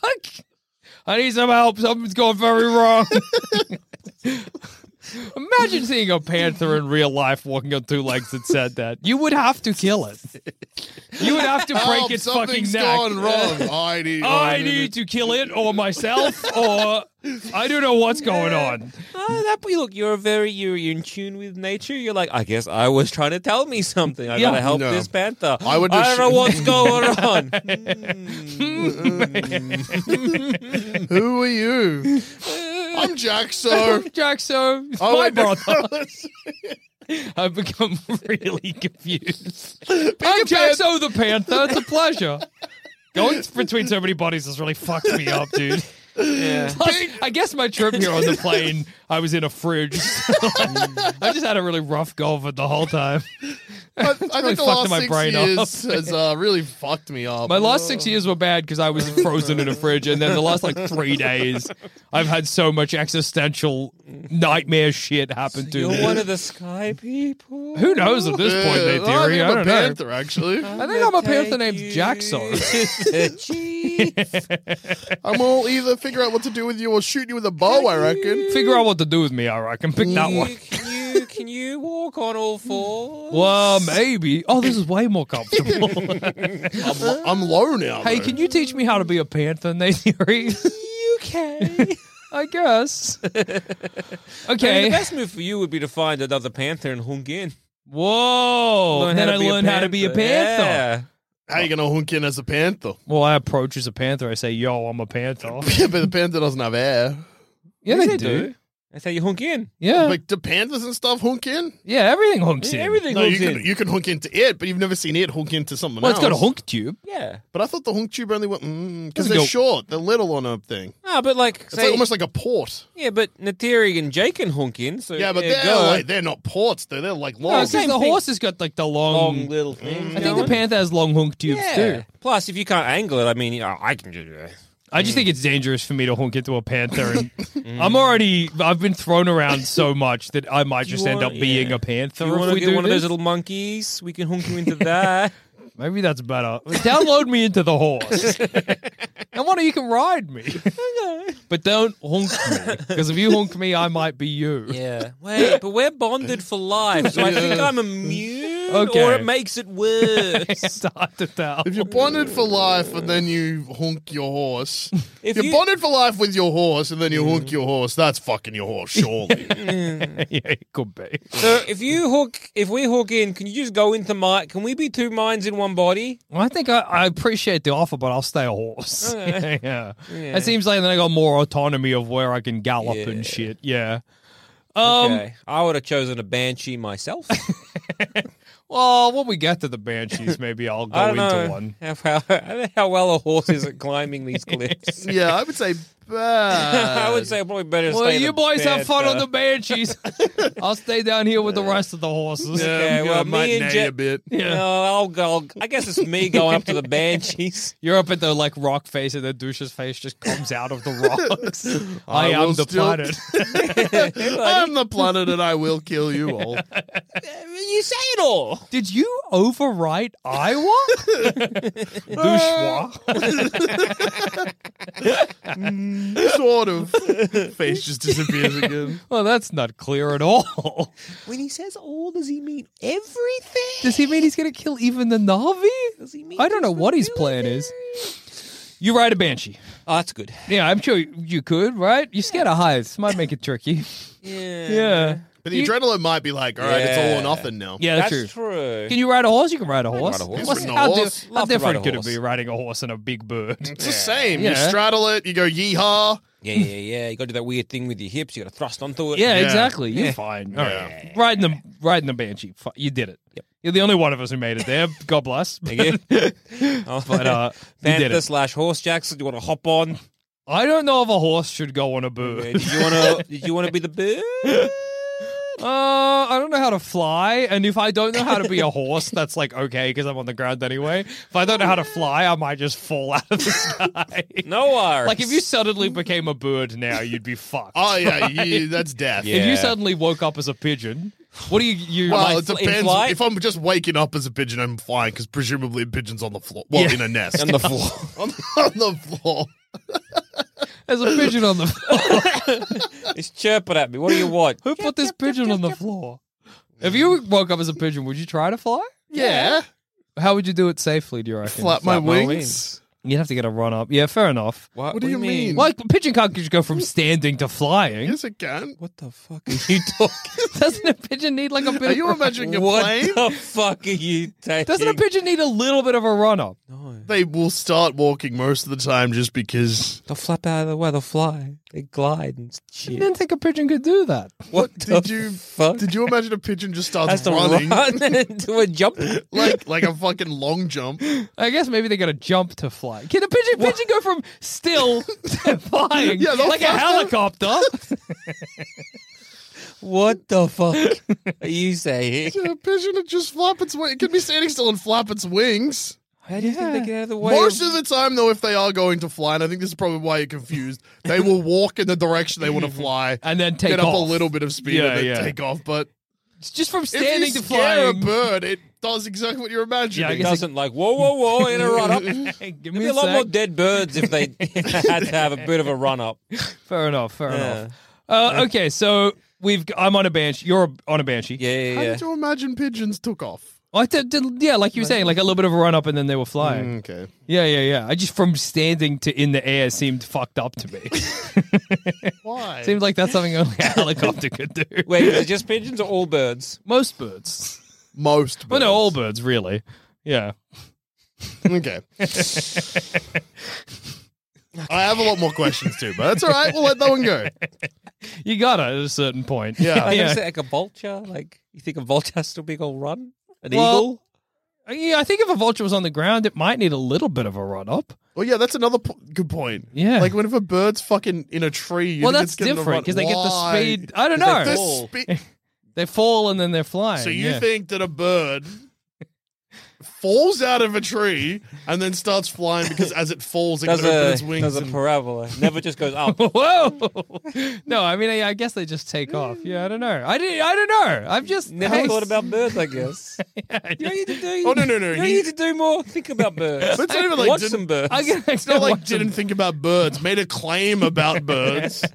D: I need some help. Something's going very wrong. Imagine seeing a panther in real life walking on two legs that said that. You would have to kill it. You would have to break
E: Help,
D: its fucking
E: something's
D: neck.
E: gone wrong. I need.
D: I need to kill it or myself or I don't know what's going on.
C: Oh, that boy, look, you're very you're in tune with nature. You're like, I guess I was trying to tell me something. I
D: Yeah.
C: gotta help
E: No.
C: this panther.
E: I would
C: I don't know
E: assume-
C: what's going on.
E: Who are you? I'm Jack. So
D: Jaxo, it's
E: Oh,
D: my
E: wait, no.
D: brother. I've become really confused.
E: a
D: I'm Jaxo the Panther. It's a pleasure. Going between so many bodies has really fucked me up, dude. Plus, I guess my trip here on the plane, I was in a fridge.
C: Mm.
D: I just had a really rough go of it the whole time.
E: I, I
D: really
E: think the
D: fucked
E: last
D: my
E: six
D: brain up.
E: years has uh, really fucked me up.
D: My last six
C: Oh.
D: years were bad because I was frozen in a fridge, and then the last like three days, I've had so much existential nightmare shit happen to
C: You're
D: me.
C: one of the sky people.
D: Who knows at this point? They
E: Yeah, Uh, I
D: theory,
E: think
D: I,
E: I'm a
D: don't know.
E: panther, actually.
D: I think I'm a panther
C: Take
D: named
C: you
D: Jaxo.
C: to the chief.
E: I'm all either figure out what to do with you or shoot you with a bow. I reckon.
D: Figure out what to do with me. I reckon. Pick that one.
C: You- Can you can you walk on all fours?
D: Well, maybe. Oh, this is way more comfortable.
E: I'm, lo- I'm low now.
D: hey,
E: though.
D: can you teach me how to be a panther, Nate Theory?
C: You can.
D: I guess.
C: I mean, the
D: Okay.
C: best move for you would be to find another panther and hunk in.
D: Whoa.
C: Learn
D: then
C: how
D: I
C: to be a
D: learn how to be a panther.
C: Yeah.
E: How you gonna hunk in as a panther?
D: Well, I approach as a panther. I say, "Yo, I'm a panther."
E: Yeah, but the panther doesn't have air.
D: yeah,
C: Yes,
D: they do.
C: That's how you hunk in.
D: Yeah,
E: Like, do panthers and stuff hunk in?
D: yeah. Everything hunks in.
C: Everything
E: No, you
C: hunks
E: can,
C: in.
E: you can hunk into it, but you've never seen it hunk into something
D: Well,
E: else.
D: it's got a honk tube.
C: Yeah.
E: But I thought the hunk tube only went because
D: Doesn't
E: they're
D: go-
E: short, they're little on a thing.
C: Ah, but like,
E: It's
C: say,
E: like almost like a port.
C: yeah, but Nateri and Jake can hunk in. So
E: Yeah, but
C: there
E: they're
C: you go.
E: like they're not ports. They're they're like
D: No,
E: long.
D: because Oh, the
C: Oh, thing.
D: horse has got like the long.
C: long little things.
D: I think the panther has long honk tubes
C: yeah.
D: too.
C: Plus, if you can't angle it, I mean, you know, I can do that.
D: I just think
C: Mm.
D: it's dangerous for me to honk into a panther. And I'm already, I've been thrown around so much that I might
C: Do you
D: just end
C: wanna-
D: up being
C: yeah.
D: a panther.
C: Do you
D: if
C: want to
D: we
C: get
D: do
C: one of
D: this.
C: those little monkeys? We can hunk you into that.
D: Maybe that's better. Download me into the horse. and why don't you can ride me? But don't honk me. Because if you honk me, I might be you.
C: yeah. Wait, but we're bonded for life, so I think I'm immune,
D: Okay.
C: or it makes it worse.
D: It's hard to tell.
E: If you're bonded for life and then you honk your horse,
C: If
E: if you're
C: you-
E: bonded for life with your horse and then you honk your horse, that's fucking your horse, surely.
D: yeah, it could be.
C: so if you hook, if we hook in, can you just go into my? Can we be two minds in one body?
D: Well, I think I, I appreciate the offer, but I'll stay a horse. yeah.
C: Yeah.
D: It seems like then I got more autonomy of where I can gallop
C: Yeah.
D: and shit. Yeah. Um,
C: okay. I would have chosen a banshee myself.
D: Well, when we get to the banshees, maybe I'll go
C: I don't
D: into
C: know
D: one.
C: How, how, I don't know how well a horse is at climbing these cliffs.
E: Yeah, I would say bad.
C: I would say probably better.
D: Uh, Well,
C: stay in
D: you
C: a
D: boys have
C: bed,
D: fun on
C: uh,
D: the banshees. I'll stay down here with the rest of the horses.
C: Okay, well, um, uh, me and
E: nay
C: Je-
E: a bit.
C: No, I'll go. I guess it's me going up to the banshees.
D: You're up at the like rock face, and the douche's face just comes out of the rocks. I,
E: I
D: am
E: will
D: the
E: still-
D: planet.
E: I'm the planet and I will kill you all.
C: You say it all.
D: Did you overwrite Iowa? Douchois.
E: sort of. Face just disappears again.
D: Well, that's not clear at all.
C: When he says all, does he mean everything?
D: Does he mean he's going to kill even the Navi?
C: Does he mean
D: I don't know
C: just
D: what
C: the
D: his plan is. You ride a banshee.
C: Oh, that's good.
D: Yeah, I'm sure you could, right? You're scared of heights. Might make it tricky.
C: Yeah.
D: Yeah.
E: But the adrenaline might be like, all right, it's all or
C: Yeah.
E: nothing now.
D: Yeah, that's,
C: That's
D: true.
C: true.
D: Can you ride a horse? You can ride a horse.
C: ride a horse.
D: What's-
E: Ridden a
D: how di-
E: horse.
D: how
C: Love to ride
D: different
C: a
D: could it
C: horse.
D: be riding a horse and a big bird?
E: It's the same. You
D: Yeah.
E: straddle it, you go yeehaw.
C: Yeah, yeah, yeah. You got to do that weird thing with your hips. You got to thrust onto it.
D: Yeah,
E: Yeah.
D: exactly. You're fine. All right. Riding the riding the banshee. Fi- You did it. You're the only one of us who made it there. God bless.
C: Thank you. Oh,
D: But uh, you did
C: Panther
D: it.
C: slash horse Jackson. Do you want to hop on?
D: I don't know if a horse should go on a
C: Yeah,
D: bird.
C: Did you want to? Did you want to be the bird?
D: Uh, I don't know how to fly, and if I don't know how to be a horse, that's like okay because I'm on the ground anyway. If I don't know how to fly, I might just fall out of the sky.
C: No worries.
D: Like if you suddenly became a bird now, you'd be fucked.
E: Oh, yeah, you, that's death.
C: Yeah.
D: If you suddenly woke up as a pigeon, what do you? you
E: Well,
D: like,
E: it depends.
C: flight?
E: If I'm just waking up as a pigeon, I'm flying because presumably a pigeon's on the floor. Well, in a nest.
C: on the floor.
E: on, on the floor.
D: as a pigeon on the floor.
C: It's chirping at me. What do you want?
D: Who put this pigeon on the floor? If you woke up as a pigeon, would you try to fly?
E: Yeah.
D: How would you do it safely? Do you reckon?
E: Flap my
C: my
E: wings.
C: wings.
D: You'd have to get a run up. Yeah, fair enough.
E: What, do you mean?
D: Like pigeon can't just go from standing to flying.
E: Yes, it can.
C: What the fuck are you talking?
D: Doesn't a pigeon need like a bit?
E: Are
D: of-
E: you imagining a
C: what
E: plane?
C: the fuck are you taking?
D: Doesn't a pigeon need a little bit of a run up?
E: They will start walking most of the time just because.
C: They'll flap out of the way. They'll fly. They glide and
D: I
C: shit.
D: didn't think a pigeon could do that.
C: What
E: Did
C: the
E: you
C: fuck?
E: did you imagine a pigeon just starts
C: Has to
E: running
C: run into a jump.
E: like like a fucking long jump?
D: I guess maybe they got to jump to fly. Can a pigeon pigeon go from still to flying?
E: Yeah, they'll
D: like a
E: fly.
D: helicopter.
C: What the fuck are you saying?
E: Can a pigeon would just flap its wings? It can be standing still and flap its wings.
C: How do you think they get out of the way?
E: Most of the time, though, if they are going to fly, and I think this is probably why you're confused, they will walk in the direction they want to fly,
D: And then take
E: get up
D: off.
E: a little bit of speed,
D: Yeah,
E: and then
D: yeah.
E: take off. But
D: It's just from
E: if
D: standing
E: you
D: to
E: scare
D: flying.
E: a bird, it does exactly what you're imagining.
D: Yeah, I
C: it
D: guess
C: doesn't like whoa, whoa, whoa in a run up. There'd
D: Hey, give
C: be
D: me
C: a lot
D: sec.
C: more dead birds if they had to have a bit of a run up.
D: Fair enough. Fair enough. Uh, okay, so we've. g- I'm on a banshee. You're on a banshee. Oh,
C: Yeah, yeah,
E: How
C: yeah.
E: did you imagine pigeons took off?
D: I did, did- yeah, like you were saying, like a little bit of a run up, and then they were flying.
E: Okay.
D: Yeah, yeah, yeah. I just from standing to in the air seemed fucked up to me.
E: Why?
D: seemed like that's something only a helicopter could do.
C: Wait, is it just pigeons or all birds?
D: most birds.
E: Most.
D: Well,
E: Birds.
D: no, all birds really. Yeah.
E: Okay. I have a lot more questions too, but that's all right. We'll let that one go.
D: You gotta at a certain point.
E: Yeah.
C: Like,
D: yeah.
C: is it like a vulture? Like you think a vulture has to be a run? An
D: Well,
C: eagle?
D: Yeah, I think if a vulture was on the ground, it might need a little bit of a run up.
E: Well, yeah, that's another po- good point.
D: Yeah.
E: Like, what if a bird's fucking in a tree? You
D: well,
E: think
D: that's
E: it's getting a
D: different
E: run-
D: because they get the
E: Why?
D: speed. I don't
C: Because
D: know.
C: they
D: They,
E: The
C: Oh.
E: spe-
D: fall and then they're flying.
E: so you
D: yeah.
E: think that a bird falls out of a tree and then starts flying because as it falls, it can
C: Does
E: open its
C: a,
E: wings.
C: does a
E: and-
C: parabola. Never just goes "Oh, up.
D: Whoa! No, I mean, I, I guess they just take off. Yeah, I don't know. I did. I don't know. I've just
C: Never
D: I was-
C: thought about birds, I guess. you don't need to do.
E: Oh, no, no, no,
C: You don't
E: he-
C: need to do more. Think about birds.
E: But it's not even like
C: Watch
E: didn't-
C: some birds.
D: I'm gonna,
E: It's not like
D: watch them.
E: didn't think about birds, made a claim about birds.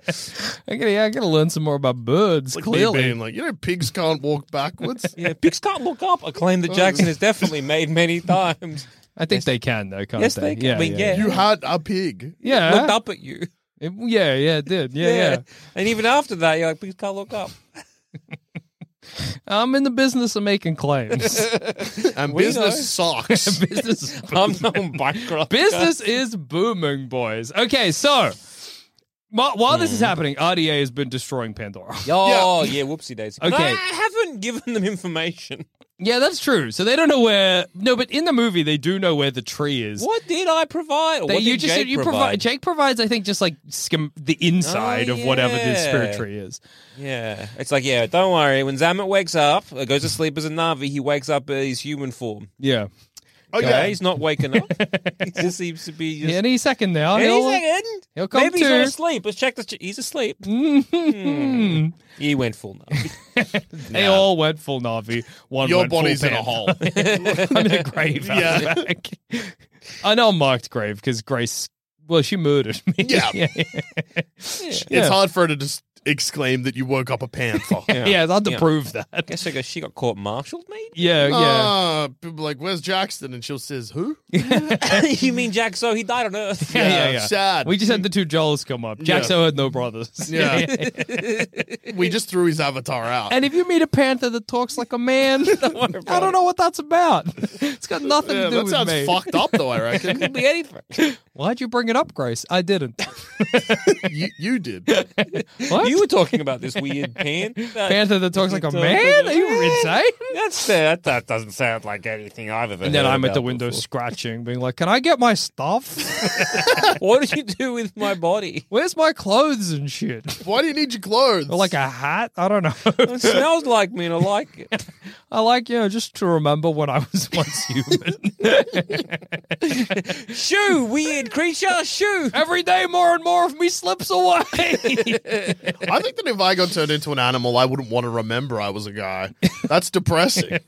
D: I'm gonna, yeah, I'm gonna learn some more about birds.
E: like me
D: clearly,
E: being like, you know, pigs can't walk backwards.
C: yeah, pigs can't look up. A claim that Jackson has definitely made many times.
D: I think they can though, can't
C: Yes,
D: they?
C: they can. I mean, yeah.
E: You had a pig.
D: yeah.
C: Looked up at you.
D: It- yeah, yeah, it did. Yeah, yeah,
C: And even after that, you're like, pigs can't look up.
D: I'm in the business of making claims.
E: And
C: We
E: business
C: know.
E: sucks.
D: business, is
C: I'm not bankrupt.
D: business is booming, boys. Okay, so whi- while this is
C: Mm.
D: happening, RDA has been destroying Pandora.
C: Oh, yeah, whoopsie daisy.
D: Okay.
C: I haven't given them information.
D: Yeah, that's true. So they don't know where. No, but in the movie, they do know where the tree is.
C: What did I provide? Or
D: They-
C: what
D: you
C: did
D: just
C: Jake
D: you
C: provide?
D: Jake provides, I think, just like skim, the inside
C: Oh,
D: of whatever the
C: yeah.
D: spirit tree is.
C: Yeah, it's like yeah. Don't worry. When Zamet wakes up, uh, goes to sleep as a Navi. He wakes up in his human form.
D: Yeah,
E: Oh
C: Okay,
E: yeah,
C: he's not waking up. he just seems to be just.
D: any second now.
C: Any
D: he'll- uh,
C: second,
D: he'll come
C: Maybe he's not
D: to.
C: asleep. Let's check this. ch- He's asleep.
D: Hmm.
C: He went full Navi.
D: They all went full Navi. One
E: your
D: went full
E: body's in a
D: Panther.
E: hole.
D: I'm in a grave.
E: Yeah.
D: Yeah. An unmarked grave because Grace, well, she murdered me.
E: Yeah. It's
D: Yeah.
E: hard for her to just exclaim that you woke up a panther.
D: Yeah, it's hard to
C: Yeah.
D: prove
C: I
D: that.
C: guess I guess she got court martialed, mate.
D: Uh, Yeah, yeah.
E: Ah, people are like, where's Jackson? And she'll says, who?
C: you mean Jack? So he died on Earth.
D: yeah, yeah,
E: Yeah,
D: yeah.
E: sad.
D: We just had the two Joels come up. Jack's
E: Yeah.
D: had no brothers.
E: Yeah. we just threw his avatar out.
D: And if you meet a panther that talks like a man, I don't know what that's about. It's got nothing
E: yeah,
D: to do
E: that
D: with
E: sounds
D: me.
E: fucked up, though. I reckon
C: Be anything.
D: Why'd you bring it up, Grace? I didn't.
E: you, you did.
D: What?
C: You were talking about this weird pan.
D: panther that talks like a
C: Talks
D: man?
C: like a
D: Are you
C: man.
D: insane?
C: That's uh, that. That doesn't sound like anything I've ever.
D: And then
C: heard
D: I'm at the
C: about
D: window
C: before.
D: scratching, being like, "Can I get my stuff?
C: What did you do with my body?
D: Where's my clothes and shit?"
E: Why do you need your clothes?
D: Or like a hat? I don't know.
C: It smells like me, and I like it.
D: I like, you know, just to remember when I was once human.
C: Shoo, weird creature, shoo.
D: Every day, more and more of me slips away.
E: I think that if I got turned into an animal, I wouldn't want to remember I was a guy. That's depressing.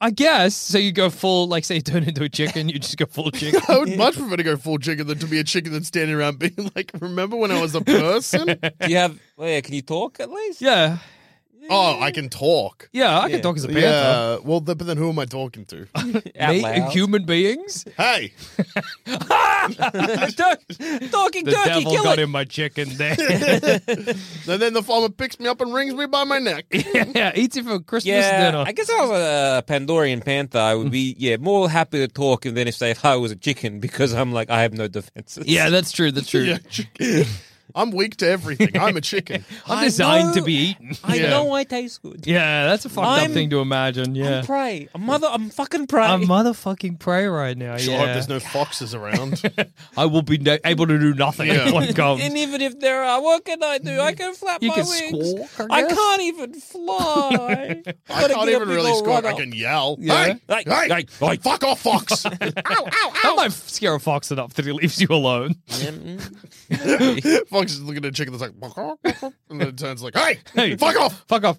D: I guess. So you go full, like, say, you turn into a chicken, you just go full chicken.
E: I would much prefer to go full chicken than to be a chicken that's standing around being like, remember when I was a person?
C: Do you have? Well, yeah, can you talk at least?
D: Yeah.
E: oh, I can talk.
D: Yeah, I can talk as a panther.
E: Yeah. Well, th- but then who am I talking to?
C: Out
D: Me-
C: loud.
D: human beings?
E: hey,
C: Tur- talking
D: The
C: turkey,
D: devil
C: kill
D: got
C: it.
D: in my chicken there.
E: and then the farmer picks me up and rings me by my neck.
D: yeah, eats it for Christmas
C: Yeah,
D: dinner. Mm.
C: I guess I was a Pandorian panther. I would be yeah more happy to talk than if say if I was a chicken because I'm like I have no defenses.
D: yeah, that's true. That's true.
E: Yeah, chicken. I'm weak to everything. I'm a chicken.
D: I'm
C: I
D: designed to
C: know-
D: be eaten.
C: I
E: Yeah.
C: know I taste good.
D: Yeah, that's a fucked up
C: I'm-
D: thing to imagine. Yeah.
C: I'm prey. I'm mother. I'm fucking prey.
D: I'm motherfucking prey right now.
E: Sure, I hope
D: yeah.
E: there's no foxes around.
D: I will be no- able to do nothing um,
E: Yeah.
D: if one comes.
C: and even if there are, what can I do? I can flap
D: You
C: my
D: can
C: wings.
D: squawk, I
C: I,
D: guess.
C: can't even fly.
E: I can't even really score. I can yell.
D: Yeah.
E: Hey, hey, hey, fuck off, fox.
D: That might scare a fox enough that he leaves you alone.
C: Mm.
E: fox is looking at a chicken that's like, "Bawk, bawk, bawk," and then it turns like, hey,
D: Hey.
E: fuck off.
D: Fuck off.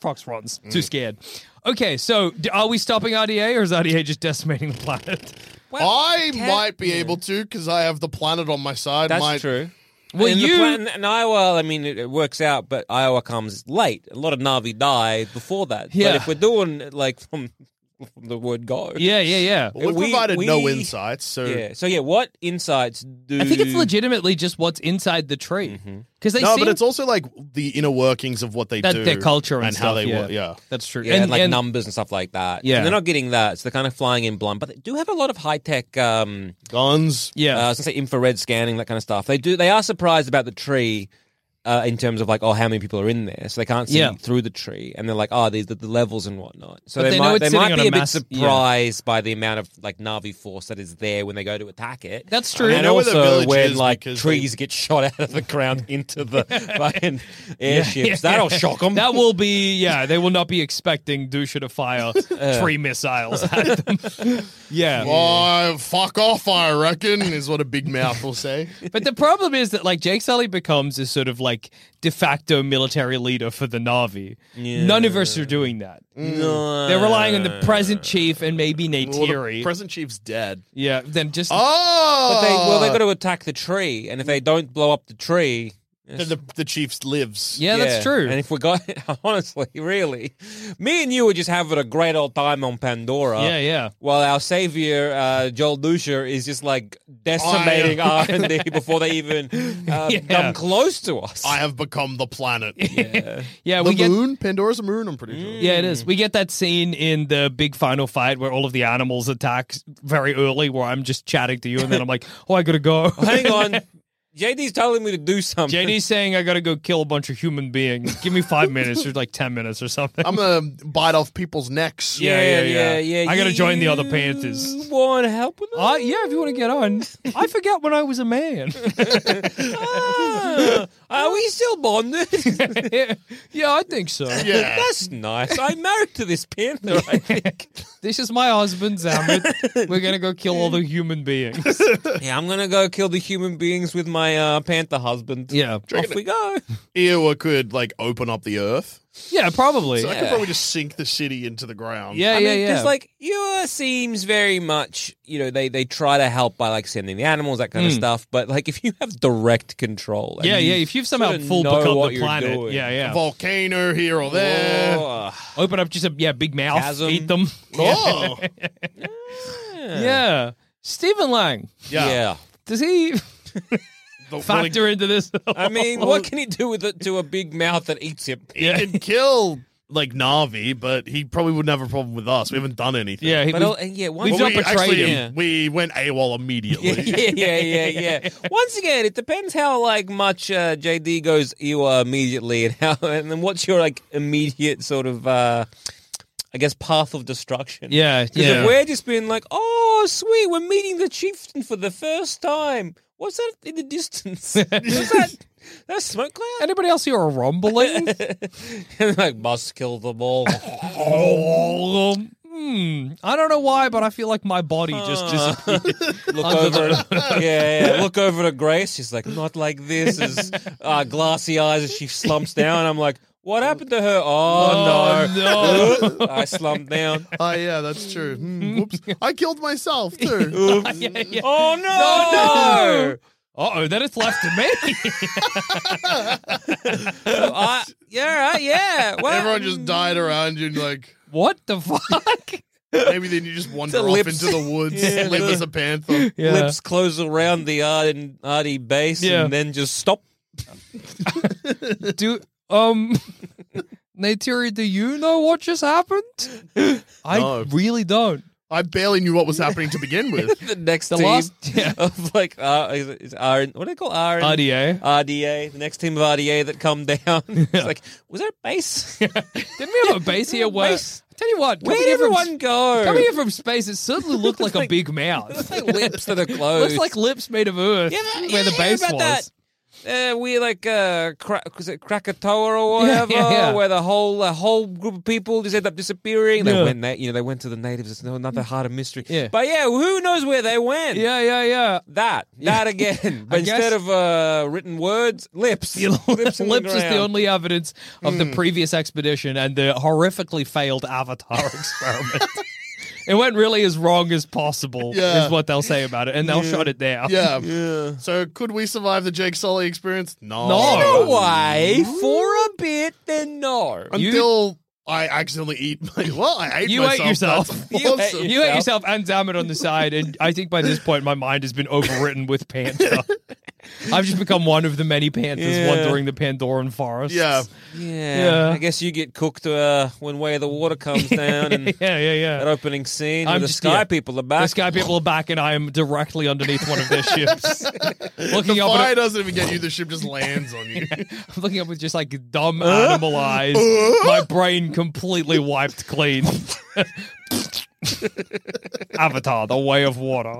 D: Fox runs. Too
C: Mm.
D: scared. Okay, so d- are we stopping RDA or is RDA just decimating the planet?
E: I might be able to because I have the planet on my side.
C: That's
E: my,
C: true.
D: Well,
C: and
D: you-
C: the plan, and Iowa. I mean, it, it works out, but Iowa comes late. A lot of Navi die before that.
D: Yeah.
C: But if we're doing like from, from the word go,
D: Yeah, yeah, yeah.
E: Well, we,
C: We-
E: provided no
C: we-
E: insights, so
C: yeah. So yeah, what insights do
D: I think it's legitimately just what's inside the tree.
C: Mm-hmm.
D: Because they
E: no,
D: seem
E: but it's also like the inner workings of what they
D: that
E: do,
D: their culture and, stuff,
E: how they
D: yeah.
E: work. Yeah,
D: That's true.
C: Yeah, and, like numbers and stuff like that.
D: Yeah.
C: and they're not getting that, so they're kind of flying in blind. But they do have a lot of high tech. Um,
E: guns.
D: yeah.
C: uh, I was gonna say infrared scanning, that kind of stuff. They do. They are surprised about the tree uh, in terms of like, oh, how many people are in there, so they can't see
D: Yeah.
C: through the tree, and they're like, oh, these are the levels and whatnot. So
D: But
C: they,
D: they know
C: might
D: it's
C: they
D: sitting
C: might
D: on
C: be
D: a
C: a bit
D: mass- yeah.
C: surprised by the amount of like Navi force that is there when they go to attack it.
D: That's true.
E: I
C: And
E: know where the
C: also
E: village
C: when
E: is
C: like
E: because
C: trees get shot out of the ground into the fucking airships, that'll shock them.
D: That will be, yeah, they will not be expecting Dusha to fire
C: Uh.
D: three missiles at them. yeah.
E: Oh, fuck off! I reckon is what a big mouth will say.
D: But the problem is that like Jake Sully becomes a sort of like de facto military leader for the Navi. None of us are doing that.
C: No.
D: They're relying on the present chief and maybe
E: Well, the
D: Neytiri.
E: present chief's dead.
D: yeah, then just
E: Oh,
C: But they, well,
E: Uh.
C: they've got to attack the tree, and if they don't blow up the tree,
E: Then the, the chief's lives.
D: yeah, that's true.
C: And if we got honestly, really, me and you were just having a great old time on Pandora.
D: yeah, yeah.
C: While our savior uh, Joel Dusher is just like decimating R and D before they even uh,
D: Yeah.
C: come close to us.
E: I have become the planet.
D: Yeah,
E: The
D: we get Mm.
E: moon, Pandora's a moon. I'm pretty sure.
D: yeah, it is. We get that scene in the big final fight where all of the animals attack very early. Where I'm just chatting to you, and then I'm like, "Oh, I gotta go."
C: Hang on, JD's telling me to do something.
D: JD's saying I gotta go kill a bunch of human beings. Give me five minutes or like ten minutes or something.
E: I'm going to bite off people's necks.
D: yeah, yeah, yeah. I gotta join the other Panthers.
C: You Want help with
D: Uh, yeah, if you want to get on. I forget when I was a man.
C: Ah, are we still bonded?
D: yeah, I think so.
E: Yeah.
C: That's nice. I'm married to this panther. I think.
D: This is my husband, Zamet. We're gonna go kill all the human beings.
C: yeah, I'm gonna go kill the human beings with my uh, panther husband.
D: Yeah.
C: off we go.
E: Ewa could, like, open up the earth.
D: Yeah, probably.
E: So I could
C: Yeah.
E: probably just sink the city into the ground.
D: Yeah, yeah,
C: I mean,
D: yeah.
C: Because like Ewa seems very much, you know, they they try to help by like sending the animals, that kind of stuff. But like, if you have direct control, and
D: Hmm. yeah,
C: you
D: yeah. If you've somehow
C: sorta
D: full
C: know what
D: become the
C: you're
D: planet,
C: doing.
D: yeah, yeah.
E: Volcano here or there.
C: Oh,
D: Open up just a yeah big mouth,
C: Chasm.
D: eat them.
E: Oh.
D: Yeah. Stephen Lang,
C: yeah.
E: Yeah.
D: does he
E: The-
D: factor into this? at all?
C: I mean, what can he do with it to a big mouth that eats him?
D: yeah,
E: He can kill, like, Navi, but he probably wouldn't have a problem with us. We haven't done anything.
D: yeah. He,
C: But uh, yeah, once
D: We've
E: But
D: not
E: we,
D: betrayed
E: actually,
D: him.
E: we went AWOL immediately.
C: yeah, yeah, yeah, yeah, yeah. Once again, it depends how like much uh, JD goes Ewa immediately, and how, and then what's your like immediate sort of, uh I guess, path of destruction.
D: yeah,
C: Because
D: yeah.
C: if we're just being like, oh, sweet, we're meeting the chieftain for the first time. What's that in the distance? What's that? That's smoke cloud.
D: Anybody else hear a rumbling?
C: And like, must kill them all.
D: oh, um, hmm. I don't know why, but I feel like my body just disappeared.
C: Look
D: Under
C: over, yeah, yeah, look over to Grace. She's like, not like this. Is uh, glassy eyes as she slumps down. I'm like, what happened to her? Oh,
D: Oh,
C: no, I slumped down.
E: Oh, yeah, that's true. Hmm, whoops. I killed myself, too.
D: yeah, yeah.
C: Oh no,
D: no. Uh oh, then it's left to me.
C: no. I, yeah, right, yeah. Well, mm,
E: Everyone just died around you, and like
D: what the fuck?
E: maybe then you just wander off
C: lips.
E: into the woods,
C: Yeah.
E: live as a panther.
D: Yeah.
C: lips close around the Arden Artie base
D: Yeah.
C: and then just stop.
D: Do um Natiri, do you know what just happened? I
E: No.
D: really don't.
E: I barely knew what was happening to begin with.
C: The next
D: The
C: team
D: last yeah.
C: of like uh, is, is R, what do they call R
D: RDA.
C: RDA, the next team of RDA that come down. It's like, was there a base?
D: Didn't we have a base here where
C: Base.
D: I tell you what,
C: Where
D: coming
C: did
D: here from-
C: everyone go?
D: Coming here from space, it certainly looked like a
C: Like-
D: big mouth.
C: It's like lips that are closed.
D: Looks like lips made of earth
C: You ever- you
D: where the
C: ever hear
D: base
C: about
D: was.
C: that? Uh, we like uh, cra- was it Krakatoa or
D: Yeah,
C: whatever,
D: yeah, yeah.
C: where the whole a whole group of people just end up disappearing. They
D: Yeah.
C: went, they, you know, they went to the natives. It's no- another heart of mystery.
D: Yeah.
C: But yeah, who knows where they went?
D: Yeah, yeah, yeah.
C: That, that again. But
D: I guess-
C: instead of uh, written words, lips.
D: lips,
C: in
D: is the
C: ground.
D: only evidence of
E: Hmm.
D: the previous expedition and the horrifically failed avatar experiment. it went really as wrong as possible,
E: Yeah.
D: is what they'll say about it, and they'll shut it down.
E: Yeah. So could we survive the Jake Sully experience? No.
D: No.
C: You know why? For a bit, then no.
E: Until I accidentally eat my. Well, I ate
D: You ate
E: myself.
D: yourself.
E: That's
C: You ate
E: awesome.
D: You ate yourself and Zamet on the side, and I think by this point my mind has been overwritten with Panther. I've just become one of the many Panthers
C: Yeah.
D: wandering the Pandoran forest.
E: yeah.
C: Yeah.
D: Yeah.
C: I guess you get cooked uh, when Way of the Water comes down and
D: Yeah, yeah,
C: that
D: yeah.
C: opening scene
D: I'm
C: where the
D: just-
C: Sky
D: yeah.
C: People
D: The
C: are back.
D: sky people are back, and I am directly underneath one of their ships. looking
E: The
D: up at
E: fire
D: it,
E: doesn't even get you. The ship just lands on you.
D: I'm looking up with just like
E: Uh?
D: dumb animal eyes. My brain completely wiped clean. Avatar, the way of water.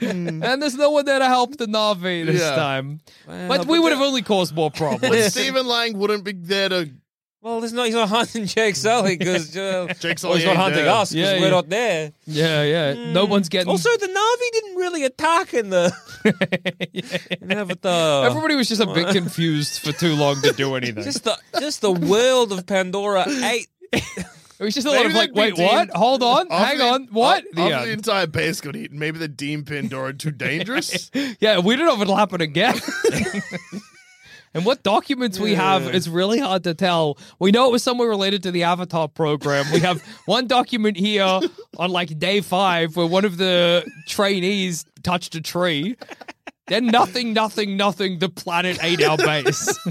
D: and there's no one there to help the Navi this
E: Yeah.
D: time. but we would have only caused more
E: But
D: problems.
E: Stephen Lang wouldn't be there to.
C: well, there's not, he's not hunting Jake Sully because
E: Jake Sully
C: he's not
E: ain't
C: hunting
E: there.
C: us because
D: Yeah,
C: we're
D: yeah.
C: not there.
D: yeah, yeah. No
E: Hmm.
D: one's getting.
C: Also, the Navi didn't really attack in the in
E: uh,
C: Avatar.
D: Everybody was just a bit confused for too long to do anything.
C: just the just the world of Pandora ate
D: it was just a lot
E: Maybe
D: of like,
E: they'd be
D: wait, what?
E: deemed-
D: Hold on,
E: After
D: hang
E: the-
D: on, what?
E: After
D: The
E: the
D: end.
E: entire base got eaten, maybe they deemed Pandora too dangerous.
D: Yeah, we don't know if it'll happen again. and what documents we have is really hard to tell. We know it was somewhere related to the Avatar program. We have one document here on like day five where one of the trainees touched a tree. Then nothing, nothing, nothing. The planet ate our base.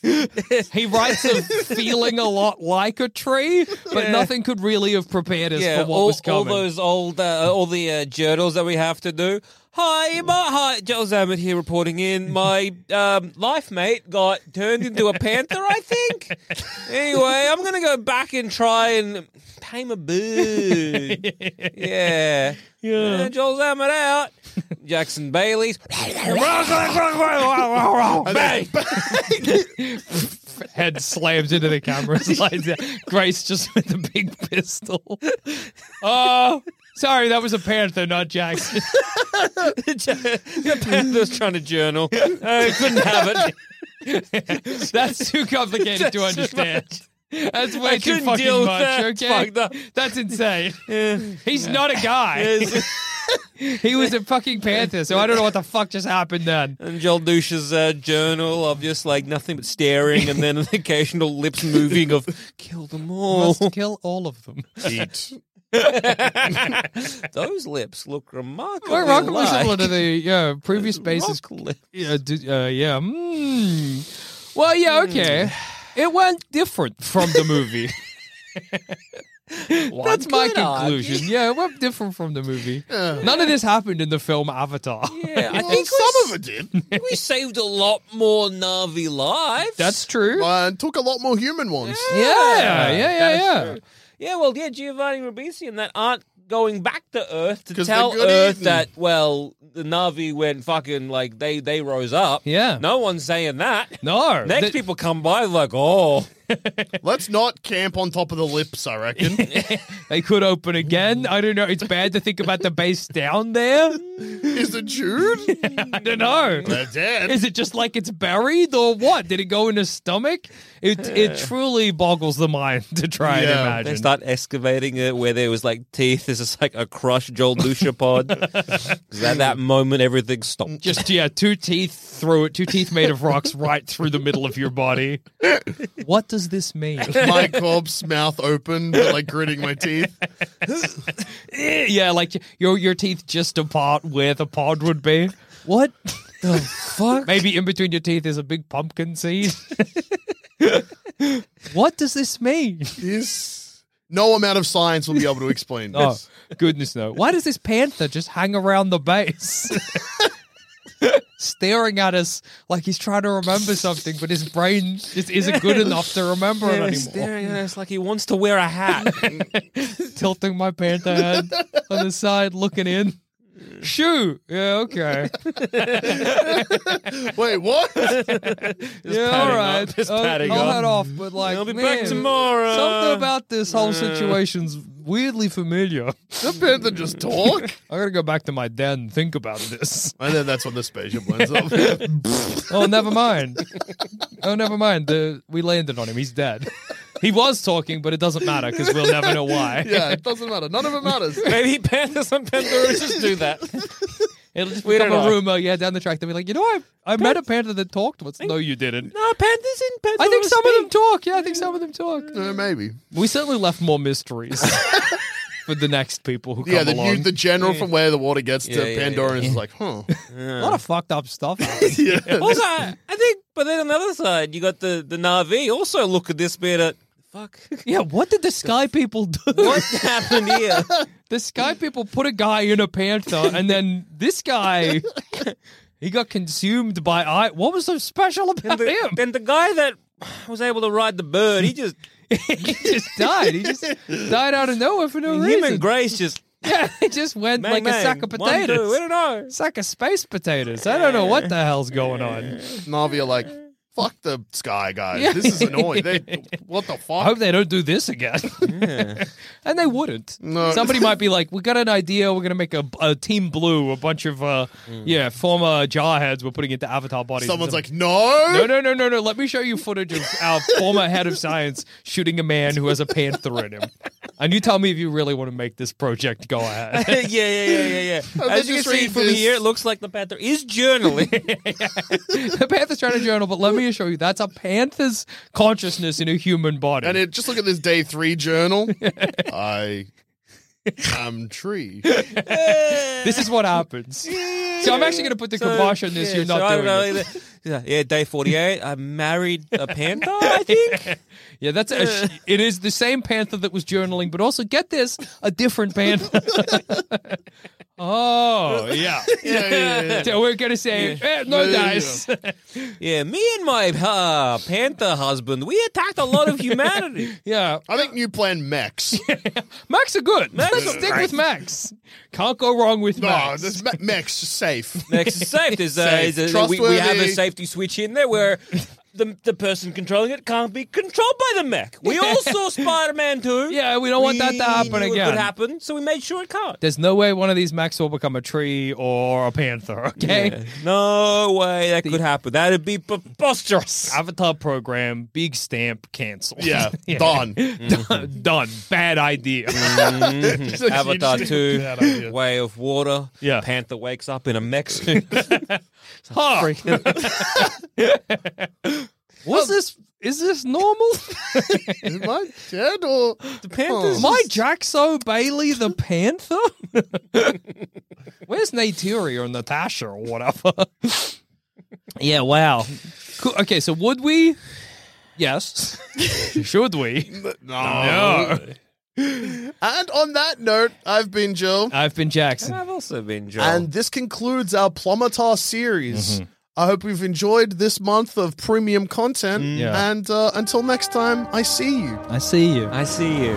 D: He writes of feeling a lot like a tree, but nothing could really have prepared us
C: Yeah,
D: for what
C: all,
D: was
C: all
D: coming.
C: those old, uh, all the uh, journals that we have to do. Hi, my, hi, Joel Zammett here reporting in. My um, life mate got turned into a panther, I think. Anyway, I'm gonna go back and try and tame a bird. Yeah, yeah. Joel Zammett out. Jackson Bailey's.
E: Bang!
D: Head slams into the camera, slides out. Grace just with a big pistol. Oh, sorry, that was a panther, not Jackson.
C: Your panther's trying to journal. Uh, couldn't have it.
D: That's too complicated to
C: That's too
D: understand. That's
C: I
D: way too
C: couldn't
D: fucking
C: deal with
D: much.
C: that. It's
D: Okay,
C: fucked up.
D: that's insane. He's not a guy. he was a fucking panther, so I don't know what the fuck just happened then.
C: And Joel Douche's uh, journal of just like nothing but staring and then an occasional lips moving of kill them all.
D: Must kill all of them.
E: Eat.
C: Those lips look remarkably
D: We're remarkably
C: like.
D: similar to the uh, previous bases.
C: Rock lip.
D: Yeah, d- uh, yeah. Mm. Well, yeah, okay. It went different from the movie. That's my
C: could argue.
D: conclusion. Yeah, it went different from the movie. None of this happened in the film Avatar.
C: Yeah, I
E: Well,
C: think
E: some of it did.
C: we saved a lot more Navi lives.
D: That's true.
E: Uh, and took a lot more human ones.
D: Yeah, yeah, yeah, yeah.
C: yeah. Well, yeah, Giovanni Ribisi and that aren't going back to Earth to
E: 'Cause they
C: tell
E: got
C: Earth
E: eaten.
C: that well the Navi went fucking like they they rose up.
D: Yeah.
C: no one's saying that.
D: No.
C: Next
D: Th-
C: people come by like oh.
E: Let's not camp on top of the lips, I reckon.
D: They could open again. I don't know. It's bad to think about the base down there.
E: Is it Jude?
D: I don't know.
C: Mm.
E: They're dead.
D: Is it just like it's buried or what? Did it go in his stomach? It it truly boggles the mind to try and
E: Yeah.
C: They
D: imagine.
C: start excavating it where there was like teeth. This is like a crushed Joel Lucia pod. 'Cause at that moment, everything stopped.
D: just yeah, two teeth through it, two teeth made of rocks right through the middle of your body. What does this mean?
E: my corpse mouth open, but like gritting my teeth.
D: yeah, like your your teeth just apart where the pod would be. What the fuck? Maybe in between your teeth is a big pumpkin seed. what does this mean?
E: This no amount of science will be able to explain
D: Oh
E: this.
D: goodness no! Why does this panther just hang around the base? Staring at us like he's trying to remember something, but his brain just isn't good enough to remember it anymore.
C: staring at us like he wants to wear a hat.
D: tilting my panther head on the side, looking in. Shoo! Yeah, okay.
E: Wait, what?
D: yeah, all
C: padding
D: right.
C: up, just
D: I'll,
C: padding
D: I'll
C: up.
D: head off, but like,
C: I'll be
D: man,
C: back tomorrow.
D: Something about this whole situation's weirdly familiar.
E: The panther just talk?
D: I gotta go back to my den and think about this.
E: I know that's what the spaceship lines up. Did
D: Oh, never mind. Oh, never mind. The, we landed on him. He's dead. He was talking, but it doesn't matter because we'll never know why.
E: Yeah, it doesn't matter. None of it matters.
C: Maybe panthers and panthers just do that.
D: It'll just
C: We
D: become
C: don't
D: a
C: know.
D: rumor, yeah, down the track. They'll be like, you know, I, I met a panther that talked once. No, you didn't.
C: No, panthers and panthers.
D: I think some of them talk. Yeah, I think some of them talk.
E: Uh, maybe.
D: We certainly left more mysteries for the next people who come
E: Yeah, the,
D: along.
E: you, the general from where the water gets
C: Yeah,
E: to
C: yeah,
E: Pandora is like, huh.
D: A lot of fucked up stuff. happened.
E: Yeah.
C: Also, I I think, but then on the other side, you got the the Navi. Also, look at this bit of fuck.
D: yeah, what did the sky people do?
C: What happened here?
D: The sky people put a guy in a panther, and then this guy. He got consumed by I. What was so special about
C: And the,
D: him?
C: and the guy that was able to ride the bird, he just
D: he just died. He just died out of nowhere for no
C: him
D: reason.
C: and Grace just
D: yeah, he just went
C: bang,
D: like a
C: bang,
D: sack of
C: one, two,
D: potatoes.
C: I don't know.
D: sack of space potatoes. I don't know what the hell's going on.
E: Navi are like, fuck the sky guys.
D: Yeah.
E: This is annoying. They, what the
D: I
E: fuck?
D: hope they don't do this again. and they wouldn't.
E: No.
D: Somebody might be like, "We got an idea. We're going to make a, a team blue. A bunch of uh,
C: Mm.
D: yeah, former jarheads. We're putting into avatar bodies."
E: Someone's
D: And
E: like, no.
D: some- "No, no, no, no, no. Let me show you footage of our former head of science shooting a man who has a panther in him." And you tell me if you really want to make this project go ahead.
C: yeah, yeah, yeah, yeah, yeah.
E: they
C: As you can
E: just
C: see
E: read
C: from
E: this-
C: here, it looks like the panther is journaling.
D: the panther's trying to journal, but let me assure you, that's a panther's consciousness in a human body.
E: And it, just look at this day three journal. I am tree.
D: this is what happens. So I'm actually going to put the kibosh on this. You're not
C: so I don't
D: doing
C: know
D: it.
C: either. He's like, Yeah, day 48. I married a panther, I think.
D: Yeah, that's a sh- it is the same panther that was journaling, but also get this a different panther. oh yeah.
E: yeah, yeah, yeah.
D: So we're gonna say eh, no
E: Yeah.
D: dice.
C: Yeah, me and my uh, panther husband, we attacked a lot of humanity.
D: yeah,
E: I think new plan Max.
D: Max are good.
C: Max
D: Let's
C: is
D: stick
C: great.
D: with Max. Can't go wrong with
E: No,
D: Max.
E: this Ma- Max safe.
C: Next is safe. There's, uh,
E: Safe.
C: there's a, we, we have a
E: Trustworthy.
C: safety switch in there where the, the person controlling it can't be controlled by the mech. We all saw Spider-Man 2.
D: Yeah, we don't want that to happen
C: knew It
D: again.
C: would happen, so we made sure it can't.
D: There's no way one of these Max will become a tree or a panther. Okay.
C: No way that could happen. That'd be preposterous.
D: Avatar program, big stamp, cancelled.
E: Yeah, done.
D: done. Done. Bad idea.
E: Mm-hmm.
C: Avatar
E: Interesting.
C: 2, Way of Water.
D: Yeah.
C: Panther wakes up in a Mexican.
D: Huh. Was this? Is this normal?
E: Is my dead or
C: the Panthers.
D: My Jaxo Bailey the Panther? Where's Naturi or Natasha or whatever? yeah, wow. Cool. Okay, so would we? Yes. Should we? No.
E: And on that note, I've been Jill,
D: I've been Jackson.
C: I've also been Joel.
E: and this concludes our Plummetar series. I hope you've enjoyed this month of premium content.
D: Yeah.
E: And uh, until next time, I see you.
D: I see you.
C: I see you.